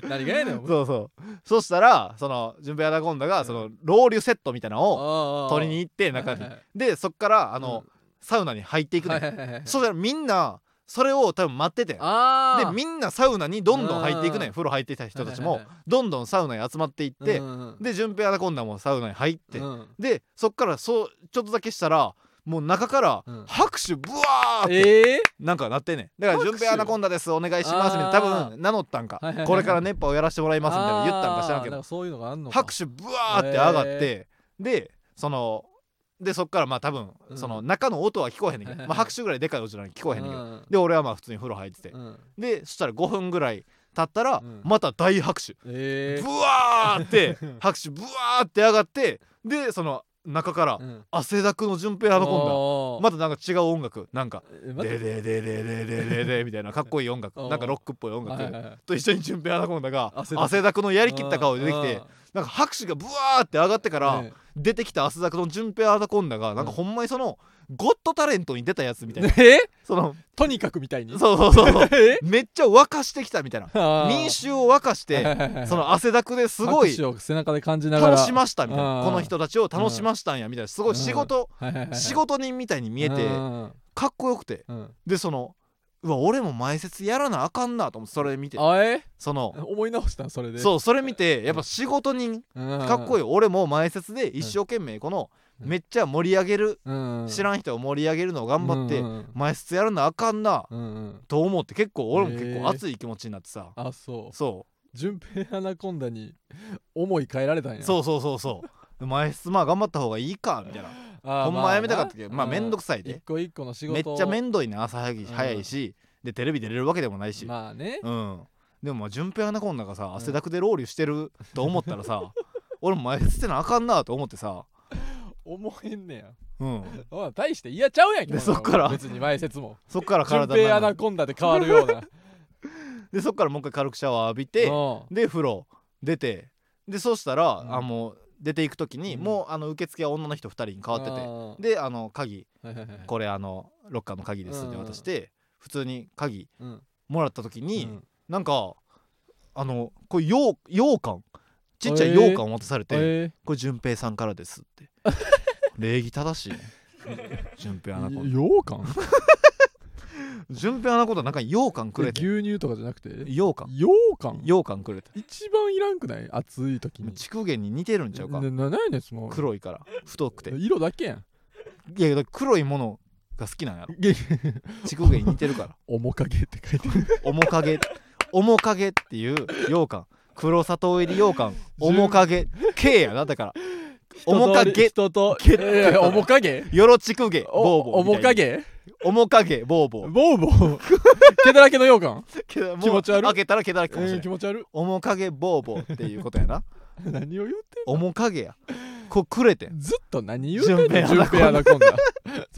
何がやねんお前
そうそうそしたらその順平アナコンダがそのロウリュセットみたいなのを
ああ
取りに行って中に
はいはい
でそっからあ
う
の
ん
サウナに入っていくね
は
ん
いはいはいはい
そしたらみんなそれを多分待っててん
あ
で
ー
みんなサウナにどんどん入っていくね
うん
ん風呂入ってた人たち
は
も
いはいはい
どんどんサウナに集まっていって
うんうんうん
で順平アナコンダもサウナに入って、
うん
でそっからそうちょっとだけしたらもう中から
うん
拍手ブワーって
ええ
なんかなってんねんだから
拍手
順平アナコンダですお願いしますみたいな
あ
多
ー
分名乗ったんか、
はいはいはい
これから熱波をやらせてもらいますみたいな言ったんか知らんけ
あーな
ど
かそういうのがあんのか
拍手ブワーって上がって、でそのでそっからまあ多分
うん
その中の音は聞こえへんねんけ
はい
ど、
はいはい
まあ、拍手ぐらいでかい音じゃない聞こえへんねんけど、
うん
で俺はまあ普通に風呂入ってて
うん
でそしたら5分ぐらい経ったら
うん
また大拍手
ええ
ブワーって
(laughs)
拍手ブワーって上がってでその中から
うん
汗だくの順平アナコン
お
ダま
ー
たなんか違う音楽なんか「
え待っ
で
て
ででででででで」みたいなかっこいい音楽
おー
なんかロックっぽい音
はいはい
楽
はい
と一緒に順平アナコンダが
汗だく
汗だくのやりきった顔で出てきてなんか拍手がブワーって上がってか
あー
ら出てきた汗だくの順平アナコンダがなんかほんまにそのゴッドタレントに出たやつみたいな
ねえ
その
とにかくみたいに
そうそうそう
(laughs)
そう
え
めっちゃ沸かしてきたみたいな
あー
民衆を沸かしてその汗だくですごい
拍手を背中で感じながら
楽しましたみたい
あ
な
ー
この人たちを楽しましたんやみたいなすごい仕事
はいはいはい
仕事人みたいに見えて
うん
かっこよくて
うんうん
でそのうわ俺も前説やらなあかんなと思ってそれ見て
あえ
その
思い直したんそれで
そうそれ見てやっぱ仕事人か
か
っこい
い
い俺も前説で一生懸命この
うん
めっちゃ盛り上げる
い
知らん人を盛り上げるのを頑張って
うん
前説やらなあかんな
うんうん
と思って結構俺も結
へ
構
ー
熱い気持ちになってさ
あそう
そ
順平アナコンダに思い変えられたんや
うそううそうそうそう前説まあ頑張った方がいいかみたいなほんまはやめたかったけどまあ面倒くさいで
一個一個の仕
めっ
事
ちゃ
ん
面倒いね朝早い
うん
早いし、でテレビ出れるわけでもないし、
まあね
うんでもまあ順平アナコンダがさ汗だくでロウリュしてると思ったらさ、
(laughs)
俺も前捨てなあかんなと思ってさ
思えんねや
うん
おい大して嫌ちゃうやんけ
で
ほんな
そっから
別に前説も
そっから
順
体
平ア
な
ナコンダで変わるような
でそっからもう一回軽くシャワー浴びて
うん
で風呂出てでそうしたら、
うん
あもう出ていく時に、
うん
もうあの受付は女の人2人に変わってて、であの鍵
あーはいはいはい
これあのロッカーの鍵ですって渡して、普通に鍵
うん
もらった時に、
うん
なんかあのこれ羊羊羹ちっちゃい羊羹を渡されて、
え
これ順平さんからですって
(laughs)
礼儀正しいね順平アナコンダ
ようかん
順平アナコンダなんか羊羹くれ
牛
て
乳とかじゃなくて
羊羹
ようかん
羊羹くれて
一番いらんくない暑い時に
筑原に似てるんちゃうか
なななんやねんその
黒いから太くてい
色だ
(laughs)
けやん
やけど黒いものが好きなんやろ筑原に似てるから
面影って書いてる
面影面影っていう羊羹黒砂糖入り羊羹面影 K やなだから面影
人と
ゲ
えー面影
よろちくげボーボ
お
ーみ
面
たいな
影
面影ボーボー
ボーボー (laughs) 毛だらけのようかん
けどもう
気持ち悪い
開けたらけだらけかもしれ
え
な
ー
い
気持ち悪い
面影ボーボーっていうことやな (laughs)
何を言って
面影やこれくれてん
んずっと何言ってんの
順
順
平
平
ア
アナコンダそう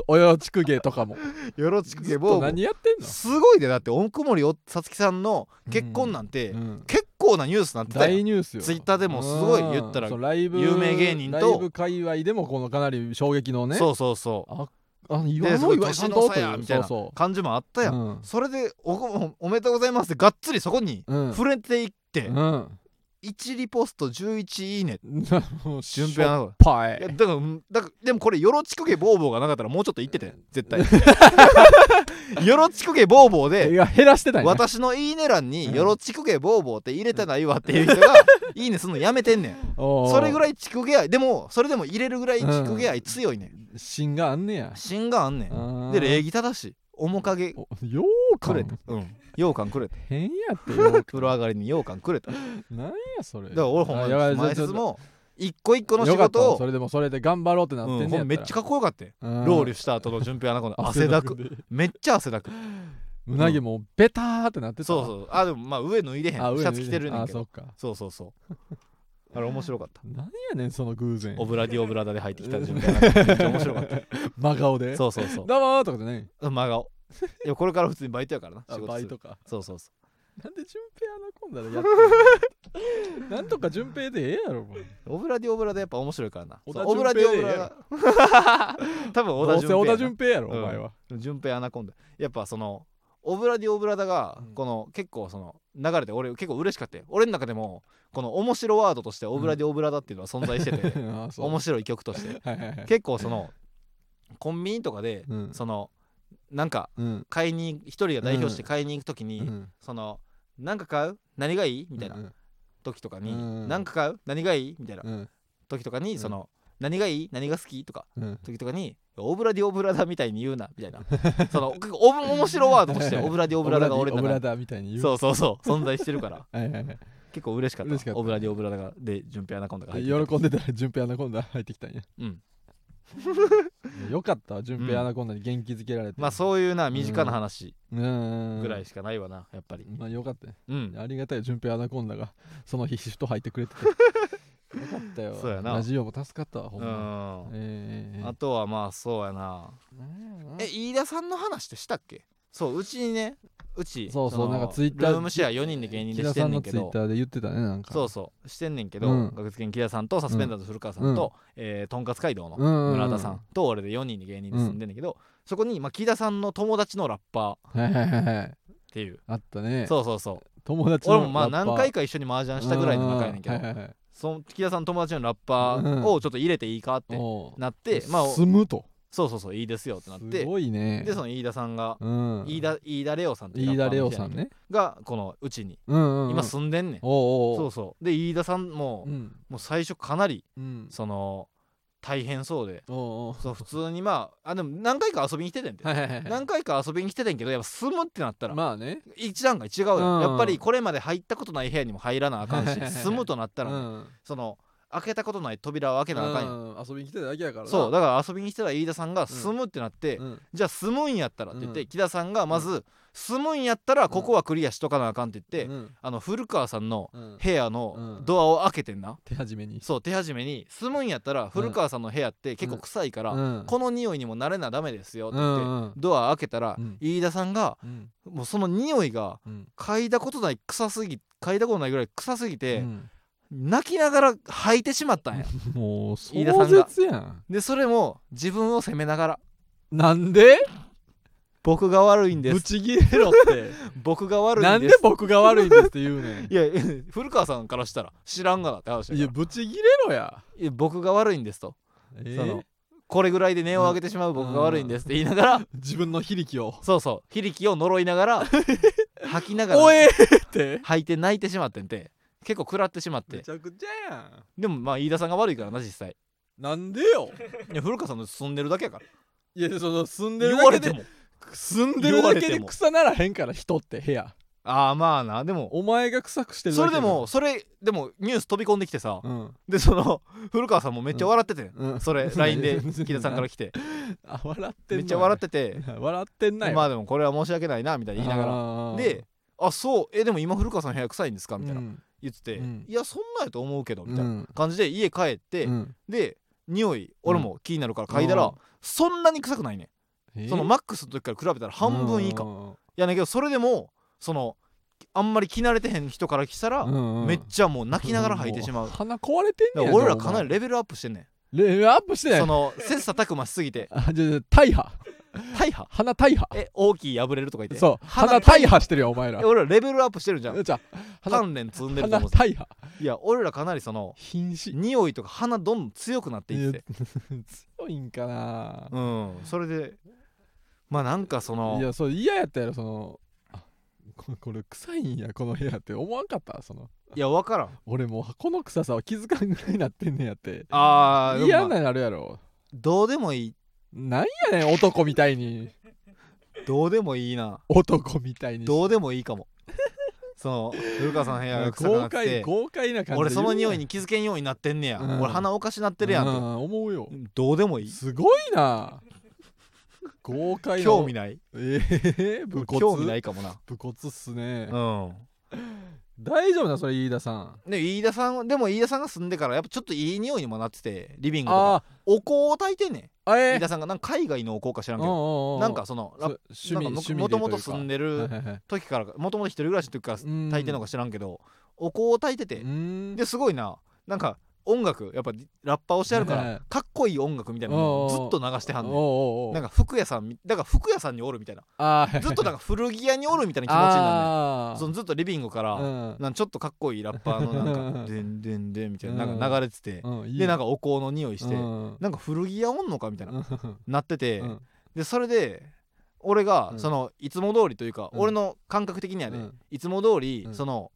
およちくげとかも
よろち
ず
く
っ
げボ
と
ーボー
何やってんの
すごいでだって奥森おさつきさんの結婚なんて、
うん
結構なニュースなんてたやん
大ニュースよ
ツイッターでもすごい言ったら
うんそうライブ
有名芸人と
ライブ界隈でもこのかなり衝撃のね
そうそうそ
ああ
う
言わ
で
ん
そ
の
う
言わん
年
と
の差やみたいな
そう
感じもあった
そう
やん、
うん
それでおおおめでとうございますってがっつりそこに
うん
触れていって、
うん
1リポスト11いいね (laughs)
順
順平アナゴン
パ
いや
イ
だからうんだからでもこれよろちくけボーボーがなかったらもうちょっと言ってたよ絶
(laughs)
対 (laughs) よろちくけボーボーで
いや減らしてたんやね
私のいいね欄
う
に「
ん
よろちくけボーボー」って入れてないわっていう人
(laughs)
が「いいね」すんのやめてんねん
おー
それぐらいちくげ愛でもそれでも入れるぐらいちくげ愛強いねん
芯があんねや
芯があんねんで
で
礼儀正しい面影
ようか
くれたうん羊羹くれ
(laughs)
た
変やってよ
(laughs) 風呂上がりに羊羹くれただか
なんやそれ
ら俺ほんま
あ
に
やばい
前
ちょ
説
っと
も一個一個の
よ
仕
かっ
事
たわ
を
それでもそれで頑張ろうってなっ
う
て
ん
んね
ほ
や
んめっちゃかっこよかったよ
たらうん
ロウリュした後の順平アナコンの汗だく
で
めっちゃ汗だく
うなぎもベターってなってた
そうそうあでもまあ上脱いでへんシ
あ上
ャツ着てるねん
あ
け
そ
ど
っか
そうそうそうあれ面白かった
なんやねんその偶
(laughs)
然
オブラディオブラダで入ってきた順平アナコンめっちゃ面白かった
真顔
(laughs)
で
そうそうそう
どうもーとかじゃない
真顔いやこれから普通にバイトやからな
あ
仕事する
バイトか
そうそうそ
なんで順平アナコンダでやって
(laughs)
んのなんとか順平でええやろお前
うオブラディオブラダやっぱ面白いからな
小
そ
田
うオブラディオブラダ (laughs) 多分
どう
小
せ
田
小
順
田順平やろお
うん
前は
平順平アナコンダやっぱそのオブラディオブラダが
うん
この結構その流れて俺結構嬉しかったよ俺の中でもこの面白ワードとしてオブラディオブラダっていうのは存在してて
あ (laughs) そう
面白い曲として
はいはいはい
結構そのコンビニとかで
うん
そのなんか
うん
買いに一人が代表して買いに行くとき
う
に
ん
そのなんか買う何がいいみたいな
うん
時とかに
うん
何か買う何がいいみたいな
うん
時とか
う
に
ん
その何がいい何が好きとか
うん
時とかにオブラディオブラダみたいに言うなみ
(laughs)
たいなその結構お面白ワードとしてオブラディオブラダが俺
オ
の
ブラ
中で
ダみたいに言う
そうそうそう存在してるから
はいはいはい
結構嬉しかった
嬉しかった
オブラディオブラダがで順平アナコンダが入ってきて
喜んでたら順平アナコンダ入ってきたんや
うん
よかったわ順平アナコンダに元気づけられて
まあそういうな身近な話
うんうんうん
ぐらいしかないわなやっぱり
まあよかったね
うん
ありがたいよ順平アナコンダがその日シフト入ってくれて
(laughs)
てよかったよ
そうやな
ラジオも助かったわほ
うんん
まええええええ
あとはまあそうやな
なんや
え飯田さんの話ってしたっけそううちにねうち
そうそう
の
なんかツイッター
ルームシェア4人で芸人で
木田
して
さ
ん
ん
ねん
の
け
ツイ
ど
ッターで言ってたねなんか
そうそうしてんねんけど、
うん
学付研木田さんとサスペンダーズ古川さんと、えーとんかつ街道の
うん
村田さんと俺で4人で芸人で住んでんねんけど、そこに、まあ、木田さんの友達のラッパーっ
はいはいはいはい
ていう、
あったね
そうそうそう
友達の
俺もまあ
ラッパー
何回か一緒に麻雀したぐらいの仲やねんけど、
うはいはいはい
その木田さんの友達のラッパーをちょっと入れていいかって
おう
なって、まあお
住むと
そうそうそういいですよってなっ
す
て
ごいね
でその飯田さんが、
うん
飯田飯田レオさんっていうラ
飯田
ッパー
レ
の
オ
人や
さ
ねん
ん
けど
ね
がこのうちに
うんうんうん
今住んでんねん、
おうおう
そ
お
うそうで飯田さんも、
うん
もう最初かなり
うん
その大変そうで
おうおう
そう普通にまああでも何回か遊びに来ててんて、
はいはいはい
何回か遊びに来ててんけどやっぱ住むってなったら、
まあね
一段階違うよ、
うん
やっぱりこれまで入ったことない部屋にも入らなあか
(laughs)
んし住むとなったらね、
うん
その開けたことない扉を開けなあかんやん、
うん遊びに来てただけやからな
そうだから遊びに来てた飯田さんが住むってなって、
うん
じゃあ住むんやったらって言って、
うん
木田さんがまず、住むんやったらここはクリアしとかなあかんって言って、
うん
あの古川さんの
うん
部屋のドアを開けてんな、
手始めに
そう手始めに住むんやったら古川さんの部屋って結構臭いから、
うん
この匂いにも慣れなダメですよって
う
言って、
んうん
ドア開けたら、
うん
飯田さんが
うん
もうその匂いが
うん
嗅いだことない臭すぎ嗅いだことないぐらい臭すぎ
う
て、
ん
泣きながら吐いてしまったん
(laughs)
や
もう
飯田さ
壮
んが
絶やん
でそれも自分を責めながら
なんで
僕が悪いんで
ぶ
す
ち切れろって
僕が悪
(laughs) ない
ん
ん
で
です僕が悪いんですっ
(laughs)
て言うねん
いやいや古川さんからしたら知らんがなって話だか
い
ら
やぶち切れろや
いや僕が悪いんですと、
え
そ
ー
のこれぐらいで値を上げてしまう僕が悪いんですって言いながら、
自分の非力を
(laughs) そうそう非力を呪いなが (laughs) ら吐きなが
お
ら
えーって
吐いて泣いてしまってんて結構食らってしまって
めちゃくちゃやん
でもまあ飯田さんが悪いからな実際
なんでよ
いや古川さんの住んでるだ (laughs) けやから
いやその住んで
言
る
われ
だけ
て
で
も
住んでるだけ
言われて
で
も
草ならへんから人って部屋
ああまあなでも
お前が臭くしてるだ
そ
け
れで
やから
もそれでもニュース飛び込んできてさ
うん
でその古川さんもめっちゃ笑ってて
うん
それ LINE (laughs) で
うん
木田さんから来て
あ笑ってん
め
の
っちゃ笑ってて
て (laughs) 笑ってんなよ
まあでもこれは申し訳ないなみたいな言いながら
ら
であそうえでも今古川さんの部屋臭いんですかみたいな言ってて
うん
いやそんなんやと思うけどみたいな
な
感じで家帰ってで匂い俺も気になるから嗅いだらそんなに臭くないねそのマックスの時から比べたら半分以下やねんけどそれでもそのあんまり着慣れてへん人からしたらめっちゃもう泣きながら吐いてしまう。だか
鼻壊れてんね
ら
や
俺らかなり
レ
レベルアップしてんね
ベルアップして
ん。
ない (laughs)
その切磋琢磨しすぎて。
あじゃあじゃあ大破
大破
鼻大破
え大きい破れるとか言って
そう鼻
鼻
大破してるよお前ら
え俺らレベルアップしてるじゃん
じゃあ鼻
鍛錬積んでると
鼻
思う
大破
いや俺らかなりそ
(laughs)
の
瀕死
匂いとか鼻どんどん強くなっていって
強いんかな
うんそれでまあなんかそ
い
の
やそう嫌やったやろそのあここれ臭いんやこの部屋って思わんかったその
いや分からん
俺もうこの臭さは気づかんぐらいになってんねんやって
あーでもまあ
嫌なになるやろ
どうでもいい
なんやねん男みたいに
どうでもいいな
男みたいに
どうでもいいかも (laughs) その古川さんの部屋が臭くな
豪
って
快
て
豪快な感じ
俺その匂い
に
に気づけんようになってんねや、
うん
俺鼻おかしなってるやんと、
思うよ
どうでもいい
すごい
(laughs)
な豪快な
興味ない
ええ武骨
興味ないかもな
武骨っすね、
うん
大丈夫なそれ飯田さん
で飯田さんはでも飯田さんが住んでからやっぱちょっといい匂いにもなっててリビングとか
あ
お香を炊いてんね
あ
ん
え
飯田さんがなんか海外のお香か知らんけど
ー
なんかそのラップ
趣味
なん
趣
か
味
もともと住ん
で
で
という
る
かはいはいはい
時からもともと一人暮らしの時から
うん
炊いてんのか知らんけどお香を炊いてて
うん
ですごいななんか音楽やっぱラッパーをしてあるか
はいは
ら
い
かっこいい音楽みたいなのをずっと流してはんねん
おうおうおう
なんか服屋さんみだから服屋さんにおるみたいな
あー
ずっとなんか古着屋におるみたいな気持ちになるね
あ
ん
ー
そのずっとリビングから、
うん
なんかちょっとかっこいいラッパーのなん
(laughs) うん
か「でんでんでん」みたいな
うん
なんか流れてて、
うんいい
でなんかお香の匂いして、
うん
なんか古着屋おんのかみたいな、
うん
なってて、
うん
でそれで俺が
うん
そのいつも通りというか、
うん
俺の感覚的にはね、
うん
いつも通り
うん
その、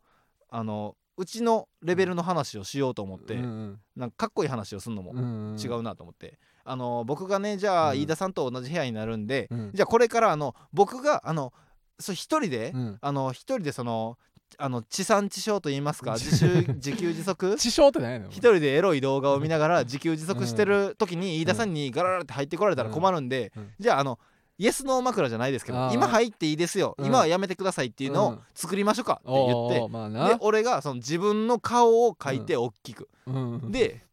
あのうちのレベルの話をしようと思って、
うん
なんかかっこいい話をするのも
うん
違うなと思って、あの僕がねじゃあ
うん
飯田さんと同じ部屋になるんで、
うん
じゃあこれからあの僕があのそう一人で、
うん
あの一人でそのあの地産地消と言いますか自習自給自足
地消ってないの
一人でエロい動画を見ながら自給自足してる時に飯田さんにガラガラって入ってこられたら困るんで、
うんうん
じゃああのイエスノー枕じゃないですけ
あ
ど
ー
今入っていいですよ、
うん
今はやめてくださいっていうの
う
を
ん
作りましょうかって言
お
っ
う
て
お、うまあ
で
な
俺がその自分の顔を描いて大きく、
うん
で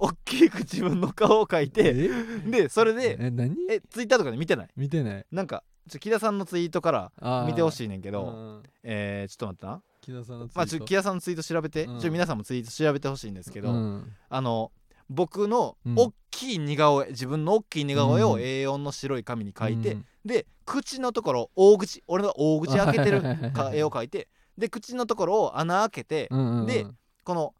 大きく自分の顔を描いて
え
でそれで
え何
えツイッターとかで見てない
見てない
なんかちょ木田さんのツイートから見てほ
い
しいねんけ
け
ど、えー、ちょっと待ってな
木田さんのツイート
まあ、ちょっと木田さんのツイート調べて、
うん
ちょ皆さんもツイート調べてほしいんですけど、
うん
あの僕の
うん
大きい似顔絵、自分の大きい似顔絵
う
を
ん
A4 の白い紙に書いて、
うん
で口のところ大口俺の大口開けて
(laughs)
る
はいはいはい
か
はい
絵を描いてで口のところを穴開けて、
うんうんうん
でこの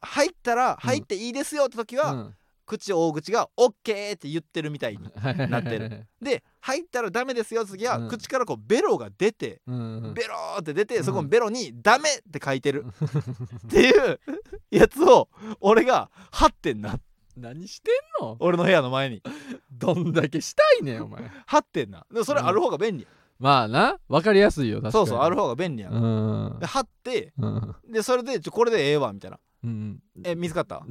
入ったら入っていいですよって時は、
うん (laughs)
口大口が OK って言ってるみたいに
はいはいはいはい
なってるで入ったらダメですよって時は、
うん
口からこうベロが出て
うんうん
ベローって出て、
うん
そこにベロに「ダメ!」って書いてるっていうやつを俺が貼ってんな
何してんの
俺の部屋の前に
どんだけしたいねんお
(laughs)
前
貼ってんなでもそれ
うん
ある方が便利、
まあな分かりやすいよ確かに
そうそうある方が便利やん、
うん
で貼って
うん
でそれでちょこれでええわみたいな
うん
え見つかった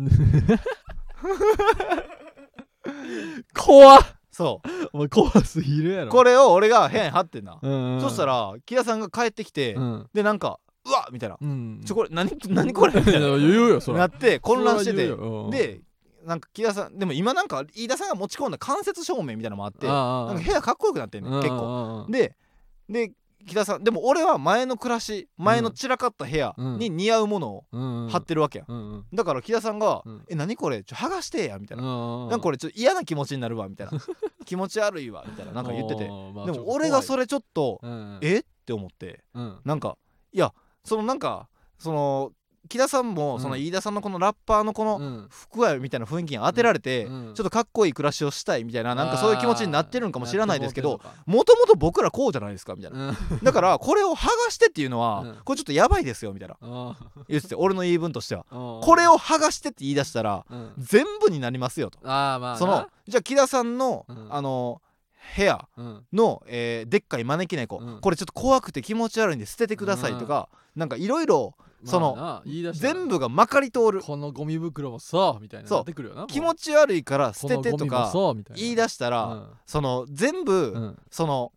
怖っ
そ
お前怖すぎるや
う
ろ
これを俺が部屋に貼ってんな、
うんうん
そしたら木田さんが帰ってきて、
うん
でなんか「うわっ!」みたいな「
うん
ちょこれ何何これ?」みたいな
言うよ (laughs) そ
な
ら
って混乱してて
そら言うようん
でなんか木田さんでも今なんか飯田さんが持ち込んだ間接照明みたいなのもあって
あ
な
あ
んか部屋かっこよくなってんね
うん
結構
うんうん
でで木田さんでも俺は前の暮らし前の散らかった部屋
うん
に似合うものを
うんうん
貼ってるわけや、
うんうん
だから木田さんが「
うん
え何これちょ剥がしてや」みたいな、
な
なんかこれちょっと嫌な気持ちになるわみたい
(laughs)
な気持ち悪いわみたいななんか言っててでも俺がそれちょっと
れうん
えって思って
うん
なんかいやそのなんかその木田さん
う
も
ん
その飯田さんのこのラッパーのこの
うん
服やみたいな雰囲気に当てられて、
うん
ちょっとかっこいい暮らしをしたいみたいななんかそういう気持ちになってるのかもしれないですけど
あー
もともと僕らこうじゃないですかみたいな、
なって思ってんのか
だからこれを剥がしてっていうのは、
うん
これちょっとやばいですよみたいな
うんあ
言ってて俺の言い分としては、
ー
これを剥がしてって言い出したら
うん
全部になりますよと、
ああまあな
そのじゃあ木田さんの、
うん
あの部屋
うん
の、えーでっかい招き猫、
うん
これちょっと怖くて気持ち悪いんで捨ててくださいとか、なんかいろいろその
まあな言い出したら
全部がまかり通る
このゴミ袋もさみたいな
そう
なってくるよなもう
気持ち悪いから捨てて
このゴ
と
ミも
か
さみたいな
言い出したら、その全部、
うん
その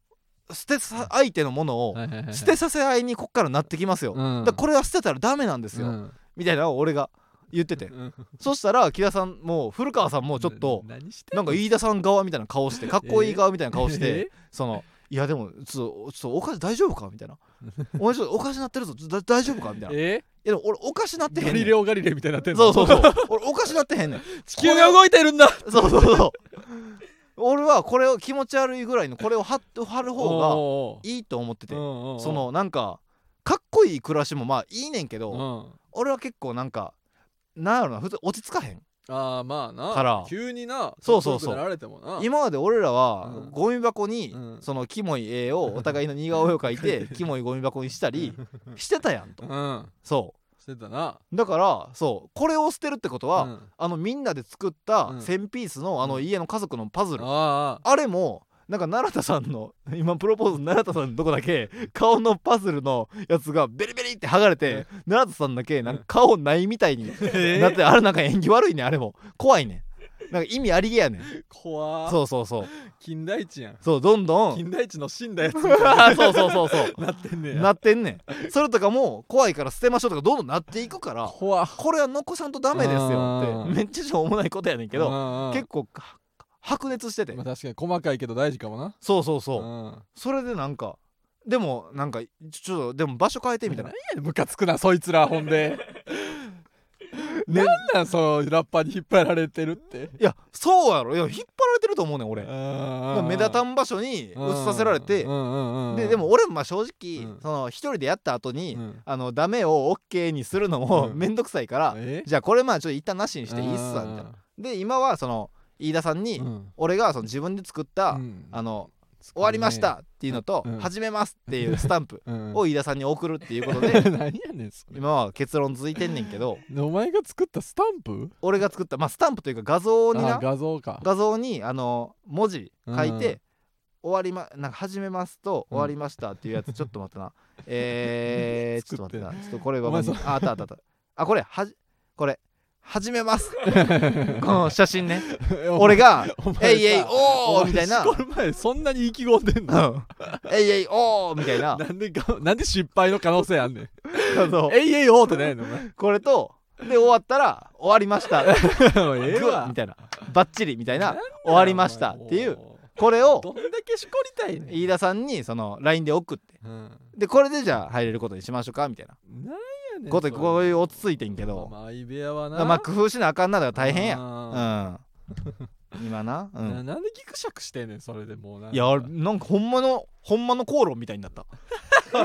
捨てさ相手のものを
はいはいはいはい
捨てさせ合いにこっからなってきますよ、
うん
だからこれは捨てたらダメなんですよ、
うん
みたいなのを俺が言ってて、
うん
そしたら木田さんも古川さんもちょっと
な何して
なんか飯田さん側みたいな顔してかっこいい側みたいな顔して、
え
そのいやでもちょっとちょっとおかし大丈夫かみたいなお前ちょっとおかしなってるぞちょっとだ大丈夫かみたいない
え
やでも俺おかしなってへ
ガ
んね
リ
ん
レオガリレイみたいになってん
そ
の
うそうそう俺おかしなってへんねん
地球が動いてるんだ
そうそうそう俺はこれを気持ち悪いぐらいのこれを貼っ貼る方が
おー
いいと思ってて
うんうんうん
そのなんかかっこいい暮らしもまあいいねんけど、
うん
俺は結構なんかなんやろな普通落ち着かへん
ああまあな
から
急にな
そうそうそう
かっこよくなられてもな
今まで俺らは
うん
ゴミ箱に、
うん
そのキモい絵
(laughs)
をお互いの似顔絵を描いてキモいゴミ箱にしたりしてたやんと
うん
そ
してたな
うだからそうこれを捨てるってことは、
うん
あのみんなで作った
うん
1000ピースのあの家の家族のパズル、
ああ
あれもなんか奈良田さんの (laughs) 今プロポーズの奈良田さんのとこだけ顔のパズルのやつがベリベリって剥がれて奈良田さんだけなんか顔ないみたいに
え
だってあれなんか縁起悪いねんあれも怖いねんなんか意味ありげやねん
怖
そうそうそう
金田一やん
そうどんどん
金田一の死んだや
(laughs)
つ
そうそうそうそう
なってんねや
(laughs) なってんねんそれとかも怖いから捨てましょうとかどんどんなっていくから
怖
これは残さんとダメですよ
あ
っ
ー
てめっちゃしょうもないことやねんけど
ど
結構か白熱してて
まあ確かに細かいけど大事かもな
そうそうそう
うん
それでなんかでもなんかちょちょっとでも場所変えてみたいな
何やねんムカつくなそいつらほ
(laughs)
んでなんなんそのラッパーに引っ張られてるって
いやそうやろいや引っ張られてると思うねん俺目
目
立た
ん
ん場所に移させられてで
で
でも俺もまあ正直、
うん
その一人でやった後に、
うん
あのダメを OK にするのも
うん
めんどくさいから、
え
(laughs) じゃあこれまあちょっと一旦なしにしていいっすわみたいなで今はその飯田さんに、
うん
俺がその自分で作った、あの終わりましたっていうのと、
うん
始めますっていうスタ
(laughs)
ンプ
お
を
い
飯田さんに送るっていうことで
何やねんそれ
今は結論続いてんねんけど
お前が作ったスタンプ
俺が作ったまあスタンプというか画像に
あ
な
画像か
画像にあの文字書いて、
うん
終わりまなんか始めますと
う
終
ん
わりましたっていうやつ、ちょっと待
(laughs)
ってなえー、ちょっと待ってなちょっとこれは
お前
あああったあったあったあこれはじこれ始めます
(laughs)
この写真ね (laughs) 俺
が (laughs)
が
お
「
前
えいえい
さ
お
お
ー」みたいな
この前そんなに意気込んでん
う
の
ん「えいえいおー」みたいな
(laughs) なんでがなんで失敗の可能性あんねん
画像
えいえいおーってないのお前
これとで終わったら「終わりました」(laughs)
お (laughs) いええ
グ
わ
ーみたいなバッチリみたいな「終わりました」っていう
お前
これを
どんだけしこりたいねん
飯田さんにその LINE で送って
うん
でこれでじゃあ入れることにしましょうかみたいな
なんやねん
こと
それ
こういう落ち着いてんけど
まあ相部屋はな
まあ工夫しなあかんなだから大変やう
や
ん今なう
なんなんでギクシャクしてんねんそれでもうない
やあれなんかほんまのほんまの口論みたいになった
喧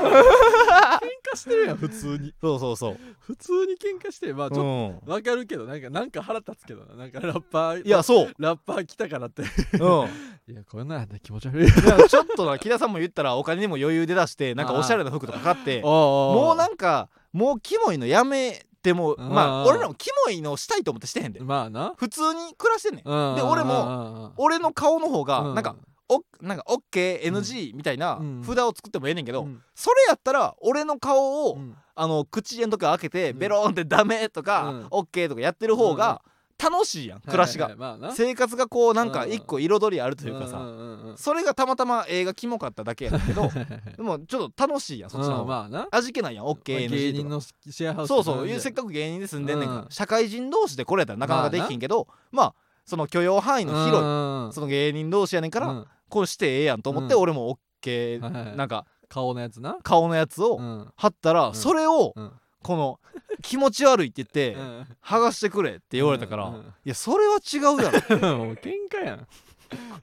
嘩してるやん普通に
そうそうそう
普通に喧嘩してるまあちょっ
う
とわかるけどなんかなんか腹立つけどななんかラッパー
んいやそう
ラッパー来たからって
うん
いやこんなん気持ち悪い (laughs)
いやちょっとな木田さんも言ったらお金にも余裕で出してなんかおしゃれな服とか買っても
も
うなんかもうキモいのやめても
あー
まあ俺らもキモいのしたいと思ってしてへんで
まあな
普通に暮らしてんねんで
で
俺
も
俺の顔の方がなんかおなんか OKNG みたいな
うん
札を作ってもええねんけど、それやったら俺の顔を、あの口縁とか開けて
うん
ベローンってダメとか、
うん
オッケーとかやってる方が楽しいやん、暮らしが、
まあな
生活がこうなんか
うん
一個彩りあると
う
い
ん
う
うん
か
う
さ、
んうん
それがたまたま映画キモかっただけやねんけどでもちょっと楽しいやんそっちの方
うん
が、
まあな
味気ないやん OKNG とか、
芸人のシェアハウス
そうそうせっ
世界
かく芸人で住んでんねんから、
うん
社会人同士でこれやったらなかなかできひんけど、まあその許容範囲の広い、
広
その芸人同士やねんから、
うん
こうしてええやんと思って、
うん
俺も OK、
はいはい
なんか
顔のやつな
顔のやつを
うん
貼ったら、
ん
それを
うん
この「気持ち悪い」って言って
う、ん
剥がしてくれって言われたから、
うんうん
いやそれは違うやろ
(laughs) もう喧嘩やん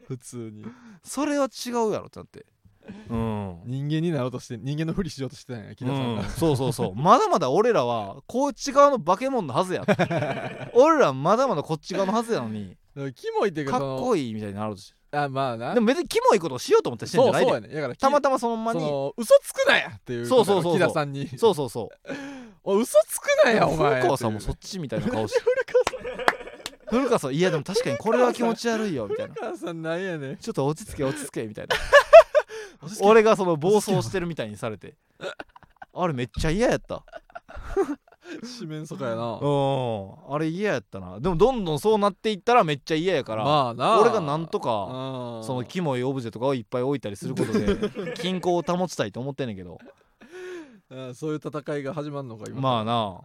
普通に
それは違うやろってなってうん、
人間になろうとして人間のふりしようとしてたんや木田さん
う
が
ん、そうそうそうまだまだ俺らはこっち側の化け物のはずや
(laughs)
俺らまだまだこっち側のはずやのに
でもキモいっていう
か
か
っ
その
こいいみたいになるとし
あまあな
でも別にキモいことをしようと思ってしてんじ
そ
ゃ
う
ない
そうや
で
ねだから
たま
た
たまそのま
ま
に
そ
そ
の嘘つくなやっていう
そうそうそうそう
木田さんに
うそうそう
おい嘘つくなやお前
古川さんもそっちみたいな顔して古川さんいやでも確かにこれは気持ち悪いよみたいな
古川さんなんやねん
ちょっと落ち着け落ち着けみたい
(laughs)
な
落ち着け
俺がその暴走してるみたいにされてあれめっちゃ嫌やった
四面楚歌やな
うんあれ嫌やったなでもどんどんそうなっていったらめっちゃ嫌やから、
まあな
俺がなんとか
か
そのキモいオブジェとかをいっぱい置いたりすること
(laughs)
で均衡を保ちたいと思ってんねんけど
そういう戦いが始まるのか今
まあな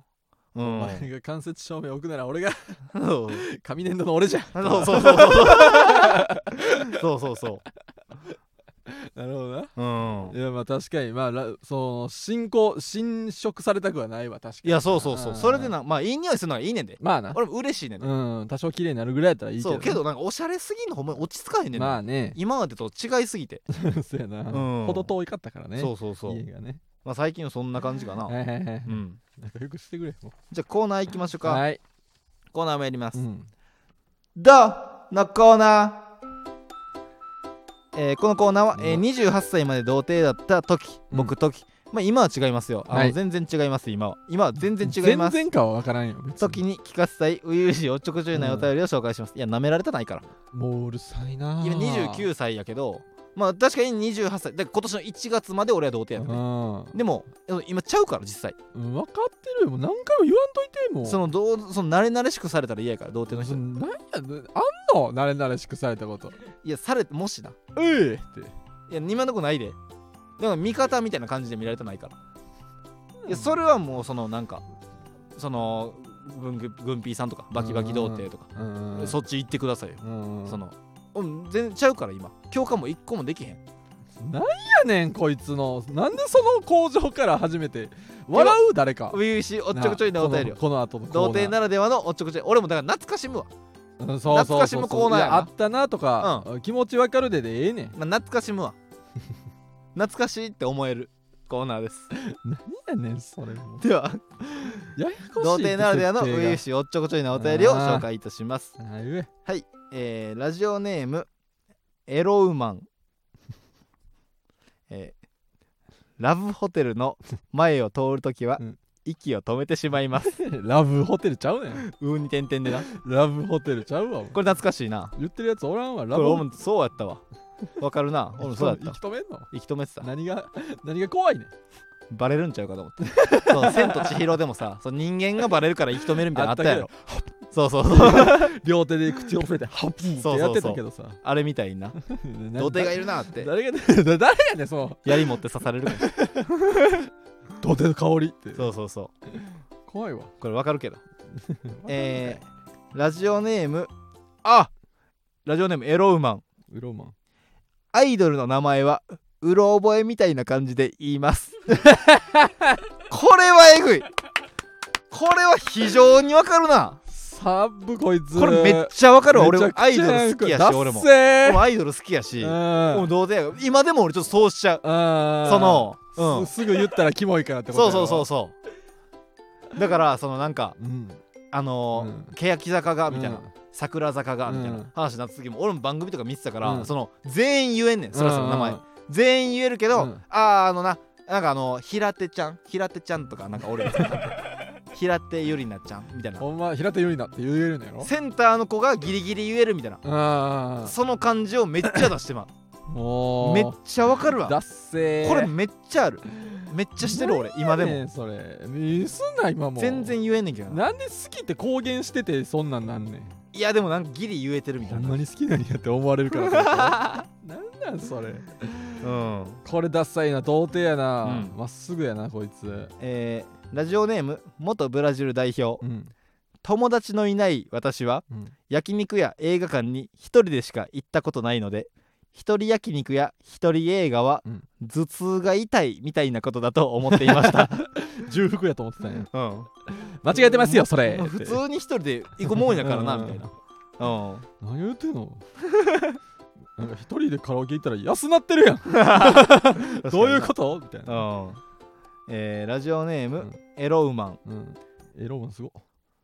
う
お
ん
前が間接照明置くなら俺が (laughs)
そう
紙粘土
(laughs)
の俺じゃん
そうそうそうそうそうそうそう
(laughs) なるほどな
うん
いやまあ確かにまあらその進行侵食されたくはないわ確か
い
に
やそうそうそう
あー
それでなまあいい匂いするのはいいねんで
まあな
俺も嬉しいねんで
うん多少綺麗になるぐらいやったらいいけど
そうけどなんかおしゃれすぎんのほんまに落ち着かへんねん
ま
な
あね
今までと違いすぎて
そうやな
うん
ほど遠いかったからね
そうそうそう
家がね
まあ最近はそんな感じかな
はいはいはい
うん
仲良くしてくれも
じゃあコーナー行きましょう
う
か
はい
コーナーもやります
うん
どのコーナー、えーこのコーナーは、えー28歳まで童貞だった時
うん
僕時、まあ今は違いますよあの、
はい
全然違います今は今は全然違います
全然かは分からんよ別に
時に聞かせたい初々しいおっちょこちょいなお便りを紹介します、いや舐められたないから
もううるさいな
今29歳やけどまあ確かに28歳で今年の1月まで俺は童貞やったね
う
でもでも今ちゃうから実際
んうん分かってるよもう何回も言わんといてもう
そのどうその慣れ慣れしくされたら嫌やから童貞の
そ
人
のなんやあんの慣れ慣れしくされたこと
いやされてもしな
ういって
いや今のとこないででも味方みたいな感じで見られてないからいやそ
れ
れはもうそのなんかその軍軍ピーさんとかバキバキ童貞とか
うん
そっち行ってくださいよ
うん
そのうん全然ちゃうから今強化も一個もできへん
なんやねんこいつのなんでその工場から初めて笑う誰か
初々しいおっちょこちょいなお便りよ
このこの後のコーナー
童貞ならではのおっちょこちょい俺もだから懐かしむわ、
うんそうそうそうそう
懐かしむコーナーやない
やあったなとか、気持ちわかるででええねん
まあ、懐かし
(laughs)
むわ懐かしいって思えるコーナーです
何やねんそれも
では
ややこしい
童貞ならではの初
設定が
々しいおっちょこちょいなお便りを紹介いたします
あいうえ
はい、えーラジオネームエロウマン、 (laughs) えーラブホテルの前を通るときは、
うん
息を止めてしまいます
ラブホテルちゃうねん
(laughs) うーに点々でな
ラブホテルちゃうわもう
これ懐かしいな
言ってるやつおらんわ
こ
ラ
れ
ブ
俺もそうやったわわかる (laughs) な俺もそうやった
息止めんの
息止めてた
何が何が怖いねん
バレるんちゃうかと思 (laughs) ってその千と千尋でもさその人間がバレるから息止めるみたいなのあったやろそうそうそう (laughs)
両手で口を触れてハッピーってやってたけどさ
あれみたいにな童貞がいるなって
誰が誰やねんその
槍持って刺されるかもしれない
童貞の香りって
そうそうそう
怖 (laughs) いわ
これわかるけどえー、ラジオネームあラジオネームエロウマン
ウロマン
アイドルの名前はうろ覚えみたいな感じで言います
(laughs)
これはえぐいこれは非常にわかるな
サブこいつ
これめっちゃわかるわ俺
めちゃくちゃ
アイドル好きや
ダッ
し
セー
俺も俺もアイドル好きやし
う
も
ん
うどうでや今でも俺ちょっとそうしちゃう
あー
そのうん
すすぐ言ったらキモいからってこと
そう
や
そ
ろ
うそうそうだからそのなんか
うん
あのー
う
欅坂がみたいな、
うん
桜坂がみたい
うん
な話になった時も俺も番組とか見てたから、
うん
その全員言えんねんそれぞれの名前、
うんうん
全員言えるけど、
うん
あああのななんかあの平手ちゃん平手ちゃんとかなんか俺が
(laughs)
平手ゆりなちゃんみたいな
ほんま平手友梨奈って言えるのやろ
センターの子がギリギリ言えるみたいな
あ
その感じをめっちゃ出してま
あも
う
う
めっちゃわかるわ
だっせー
これめっちゃあるめっちゃしてる俺今で
何やね
も
んそれミスんな今も
全然言えんねんけどな
なんで好きって公言しててそんなんなんねん
いやでもなんかギリ言えてるみた
ほ
い
ん
な
まに好きなんやって思われ
(laughs)
るからさなんなんそれ
うん
これダッサいな童貞やな
うん
ま、っすぐやなこいつ
えーラジオネーム元ブラジル代表
うん
友達のいない私は
うん
焼肉や映画館に一人でしか行ったことないので一人焼肉や一人映画は
うん
頭痛が痛いみたいなことだと思っていま
(laughs)
した、
重複やと思ってたんや
うん、
間違えてますよそれ
(laughs) 普通に一人で行くもんやからな
うん
みたいなうん
何言ってんの (laughs) なんか一人でカラオケ行ったら安なってるやんどういうことみたいな、
うんえーラジオネーム、
うん
エロウマン
うん、エロマンすごっ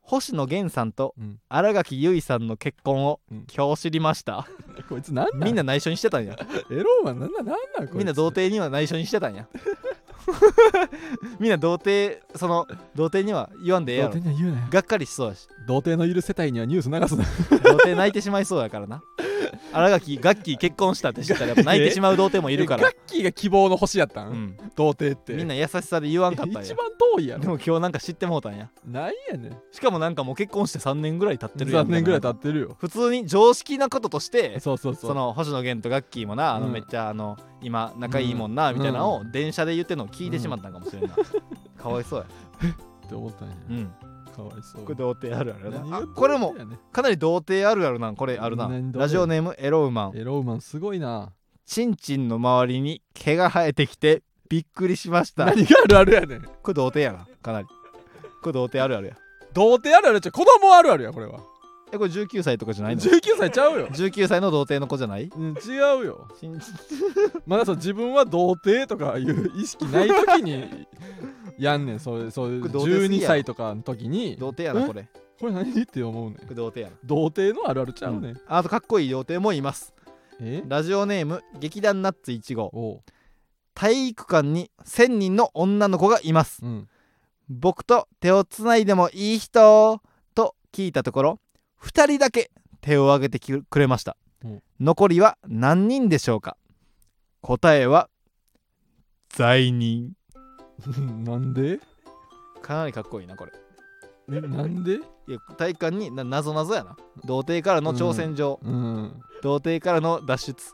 星野源さんと
うん
新垣結衣さんの結婚を
うん
今日知りま
(laughs)
した、
こいつなんなん
みんな内緒にしてたんや
エロマンなんなんなんなんこいつ
みんな童貞には内緒にしてたんやみんな童貞その童貞には言わんでええや
童
ろ
貞には言うなよ
がっかりしそうやし
童貞のいる世帯にはニュース流すな
童貞泣いてしまいそうやからな新垣ガッキー結婚したって知ったらやっぱ泣いてしまう童貞もいるから
ガッ、キーが希望の星やったん、
うん、
童貞って
みんな優しさで言わんかったんや
一番遠いや
で
ろ
も今日なんか知ってもうたんや
ないやねん
しかもなんかもう結婚して3年ぐらい経ってるやん
3年ぐらい経
っ
ってるよ
普通に常識なこととして
そうそうそう
その星野源とガッキーもなあの
うん
めっちゃあの今仲いいもんなみたいなのを電車で言ってんのを聞いてしまったんかもし
(laughs)
れんな、かわいそうや
って思ったんや、
うん
かわいそう
これ童貞あるあるや
何
な
が
あ
童貞
これも
やねん
かなり童貞あるあるなんこれあるな
何童貞
ラジオネームエロウマン
エロウマンすごいな
チンチンの周りに毛が生えてきてびっくりしました
何があるあるやねん
これ童貞やなかなりこれ童貞あるあるや
童貞あるあるちゃう子供あるあるやこれは
えこれ19歳とかじゃないの
19歳ちゃうよ、
19歳の童貞の子じゃない
うん、違うよ
チンチン
まだそう自分は童貞とかいう意識ない時にやんねんそういうそういう
これ童貞すぎ
12
やろ
歳とかの時に
童貞やなこれこ
これ何って思うねん
れ童貞やな
童貞のあるあるちゃうねん、
うんあとかっこいい童貞もいます
え (laughs)
ラジオネーム劇団ナッツ1号
おう、
体育館に1000人の女の子がいます
うん、 (laughs)
僕と手をつないでもいい人と聞いたところ2人だけ手を挙げてきくれました、
うん
残りは何人でしょうか答えは罪人
なんで (laughs)
かなりかっこいいなこれ
えなんで
いや体育館にななぞなぞやな童貞からの挑戦状、
うん (laughs)
童貞からの脱出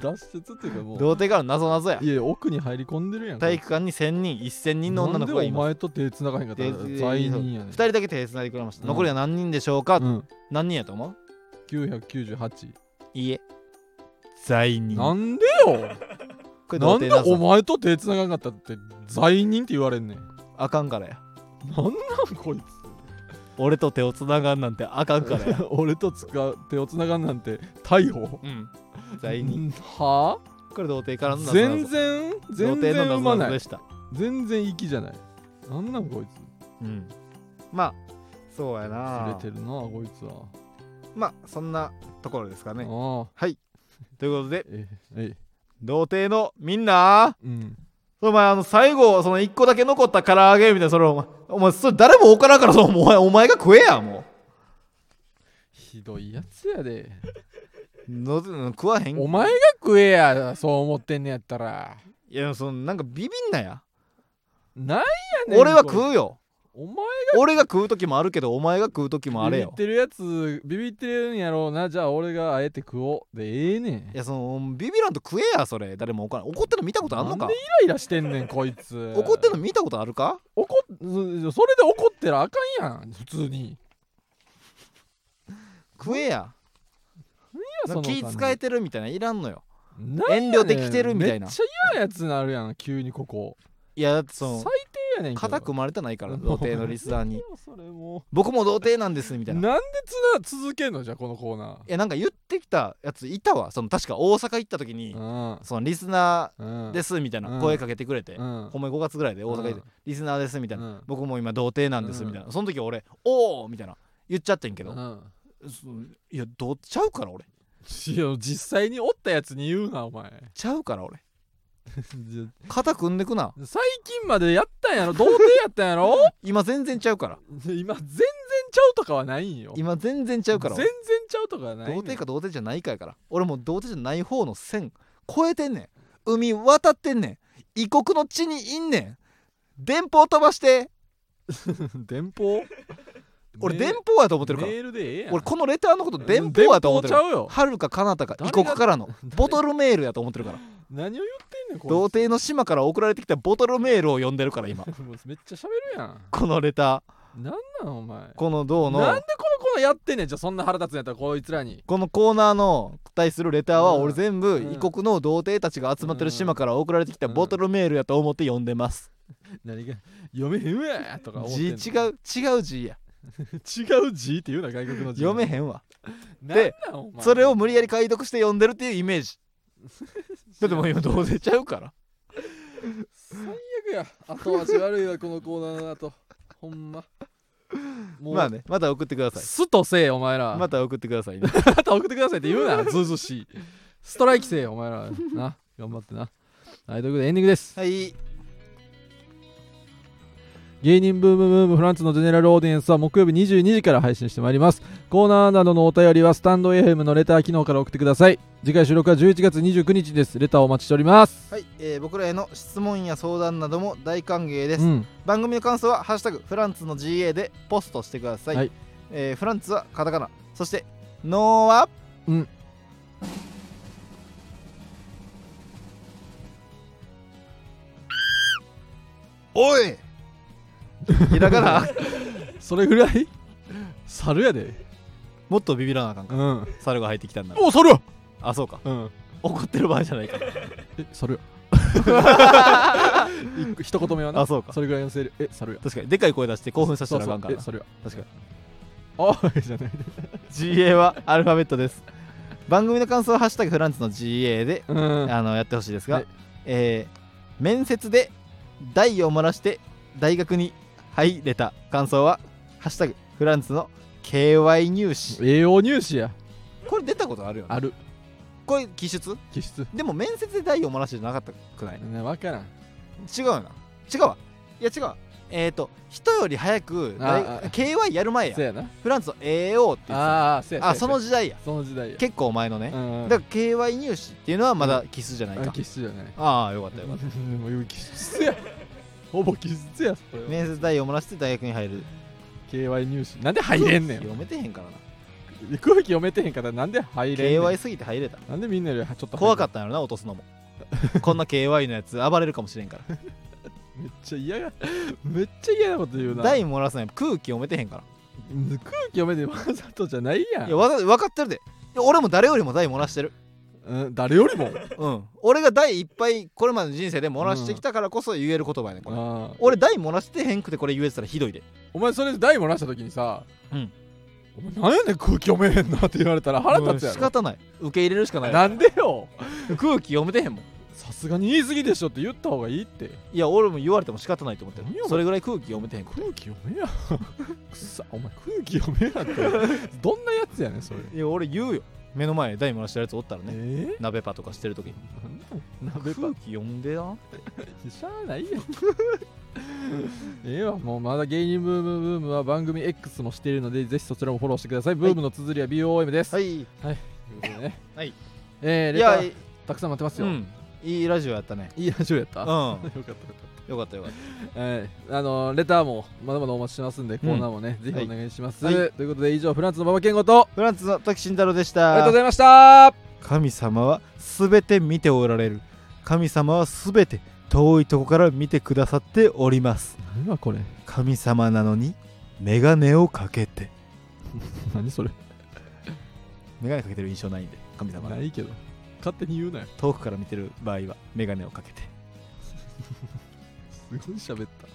脱出っていうかもう
童貞からのなぞなぞや
いやいや奥に入り込んでるやん
体育館に1000人1000人の女の子がい
なんで
ま
お
す
前と手繋がへんかったら
で
罪人やねん
2人だけ手つないでくれました、
うん
残りは何人でしょうか、
うん、
何人やと思う
998
いいえ罪人
なんでよ
これ
な
童
ん
貞
で
だぞ
お前と手繋がんかったって罪人って言われんねん
あかんからや
なんなんこいつ
俺と手をつながんなんてあかんからや (laughs)
俺とつか手を繋がんなんて逮捕
うん罪人
は
これ童貞からの謎々
全然
童
全
貞
然
の
生
謎
ま
々
な
で
い
した
全然粋じゃないなんなんこいつ
うんまあそうやな
ずれてるなこいつは
まあそんなところですかね
ああ
ということで
ええ
童貞のみんな
うん
お前あの最後その1個だけ残った唐揚げみたいなそれお前お前それ誰も置からんからそのお前お前が食えやも
ひどいやつやで
うの食わへん
お前が食えやそう思ってんねやったら
いやそのなんかビビんなや
なんやねん
俺は
これ
食うよ
お前
俺が食う時もあるけどお前が食う時もあれ
ビビ
よ
ってるやつビビってるんやろうなじゃあ俺があえて食おうでええねん
いやそのビビらんと食えやそれ誰も怒らん怒ってるの見たことあんの
なん
か
でイライラしてんねんこいつ
怒ってるの見たことあるか
怒っそそれで怒ってらあかんやん普通に
食えや
何やその
気使えてるみたいないらんのよ
なんやね
遠
ん
慮できてるみたいな
めっちゃ嫌なやつになるやん急にここ
いやだってその
最低やねんけど
固く生まれてない
(laughs)
から童貞のリスナーに
何よそれも
僕も童貞なんですみ
う
たいな
なんでつな続けんのじゃあこのコーナ
いやなんか言ってきたやついたわその確か大阪行った時に
ー
そのリスナ
うんう
ー
ん
ですみたいうなん声かけてくれて
うん
ほんまに5月ぐらいで大阪行っ
う
て
ん
リスナーですみたいな
うん
僕も今童貞なんです
うん
みたいなその時俺おおみたいな言っちゃってんけど
うん
そういやどうちゃうから俺
いや実際におったやつに言うなお前
ちゃうから俺
じゃ
肩組んでくな
最近までやったんやろ童貞やったんやろ (laughs)
今全然ちゃうから
今全然ちゃうとかはないんよ
今全然ちゃうから
全
俺
然ちゃうとかはな
童
いねん
貞か童貞じゃないかやから俺もう童貞じゃない方の線超えてんねん海渡ってんねん異国の地にいんねん電報飛ばして
(laughs) 電報
俺
メー
電報やと思ってるから
メールでええやん
俺このレターのこと電報
電
やと思ってる
ちゃうよ
はるか彼方か
誰
異
が
国からのボトルメールやと思ってるから
何を言ってんねんこいつ
童貞の島から送られてきたボトルメールを読んでるから今
もう (laughs) めっちゃ喋るやん
このレタ
なんなんお前
ーこの銅
なん
の
でこのコーナーやってんねんじゃあそんな腹立つんやったらこいつらに
このコーナーの対するレターは
うん
俺全部異国の童貞たちが集まってる島から送られてきたボトルメールやと思って読んでます
何が読めへんわとか思って
字
ん
違
の
う違う字や
違う字って言うな外国の字
読めへんわ
でお前
それを無理やり解読して読んでるっていうイメ
(laughs)
ージだってもう今どうせちゃうから
最悪や後味悪いわこのコーナーの (laughs) 後ほんまもう、
まあねまた送ってください
すとせえお前ら
また送ってくださいね
また送ってくださいって言う (laughs) な、ずうずうしい。ストライキせえよ、お前ら。な、頑張ってな。はい、ということでエンディングです。
はい
芸人ブームブームフランスのジェネラルオーディエンスは木曜日22時から配信してまいります。コーナーなどのお便りはスタンド FM のレター機能から送ってください。次回収録は11月29日です。レターをお待ちしております。
はい、えー僕らへの質問や相談なども大歓迎です、
うん、
番組の感想は「ハッシュタグフランツの GA」でポストしてください、
はい
えーフランツはカタカナそしてノーは
うん
お
(laughs)
いひらがな
それぐらい猿やで。
もっとビビらなあかんか
うん。
猿が入ってきたんだ
お、猿や
あそうか
うん。
怒ってる場合じゃないから
え猿
(laughs)
一個一言目はな
あそうか
それぐらいのせるえ猿や
確かにでかい声出して興奮させたらあかんからな
そうそう
確かに
え猿やあ (laughs) じゃない
GA はアルファベットです番組の感想は「ハッシュタグフランツの GA で」
うん
(laughs) あのやってほしいですが、
はい
えー面接で台を漏らして大学に入れた感想は「ハッシュタグフランツの KY 入試
栄養入試や」
これ出たことあるよね
ある
これ気質
気質
でも面接で台を漏らしてじゃなかったくない
ねわからん
違うよな違うわいや違うわえっ、ー、と人より早く大
ああ
KY やる前や
そうやな
フランツの AO って言って
ああそうや
たあそ
そうや
の時代や
その時代や
結構前のね、
うん
だから KY 入試っていうのはまだキスじゃないか、
あ気質じゃない
ああよかったよかっ
もう気質や (laughs) ほぼ気質やそれ
た
は
面接代を漏らして大学に入る
KY 入試なんで入れんねん
読めてへんからな
空気読めてへんからなんで入れんね
KY
ん
すぎて入れた
なんでみんなよりちょっと
怖か
っ
ったんやろな落とすのも
(laughs)
こんな KY のやつ暴れるかもしれんか
ためっちゃ嫌が (laughs) めっちゃ嫌なこと言う
ら
な
代漏らすのや空気読めてへんか
空気読めてわざとじゃないや
ら
ん
いやわざ分かってるでいや俺も誰よりも代漏らして
(laughs)
る
うん、誰よりも
うん俺が代いっぱいこれまでの人生で漏らしてきたからこそ言える言葉やねんこれ、
ああ
俺代漏らしてへんくてこれ言えてたらひどいで
お前それで台漏らした時にさ「
うん
お前なんやねん空気読めへんな」って言われたら腹立つや
もう仕
ろ、
方ない受け入れるしかない
なんでよ
空気読めてへんもん
さすがに言い過ぎでしょって言った方がいいって
いや俺も言われても仕方ないと思って
何や
るそれぐらい空気読めてへんくて
空気読めや (laughs) くさお前空気読めや (laughs) ってどんなやつやねんそれ
いや俺言うよ目の前で代漏らしてるやつおったらね
え
鍋パとかしてる時に
ー、鍋パ
空気読んでな
しゃあないやん (laughs) ええわもうまだ芸人ブームブームは番組 X もしているのでぜひそちらもフォローしてください、ブームの綴りは BOM です、
はいい
ということでね
はい
えー、レタ
や
ーたくさん待ってます
う
よ、
んいいラジオやったね
いいラジオやった、
うん
よ
よ
かったよか
か
っ、
ったよかった
はい、あのレターもまだまだお待ちしてますんで、コーナーもねぜひお願いします、
はいは
ということで以上フランスの馬場健吾と
たフランツの時慎太郎でし
あ
た
りがとうございました
神様はすべて見ておられる神様はすべて遠いとこから見てくださっております
何はこれ
神様なのにメガネをかけて
何それ
メガネかけてる印象ないんで神様は
ないけど勝手に言うなよ
遠くから見てる場合はメガネをかけて
すごい喋った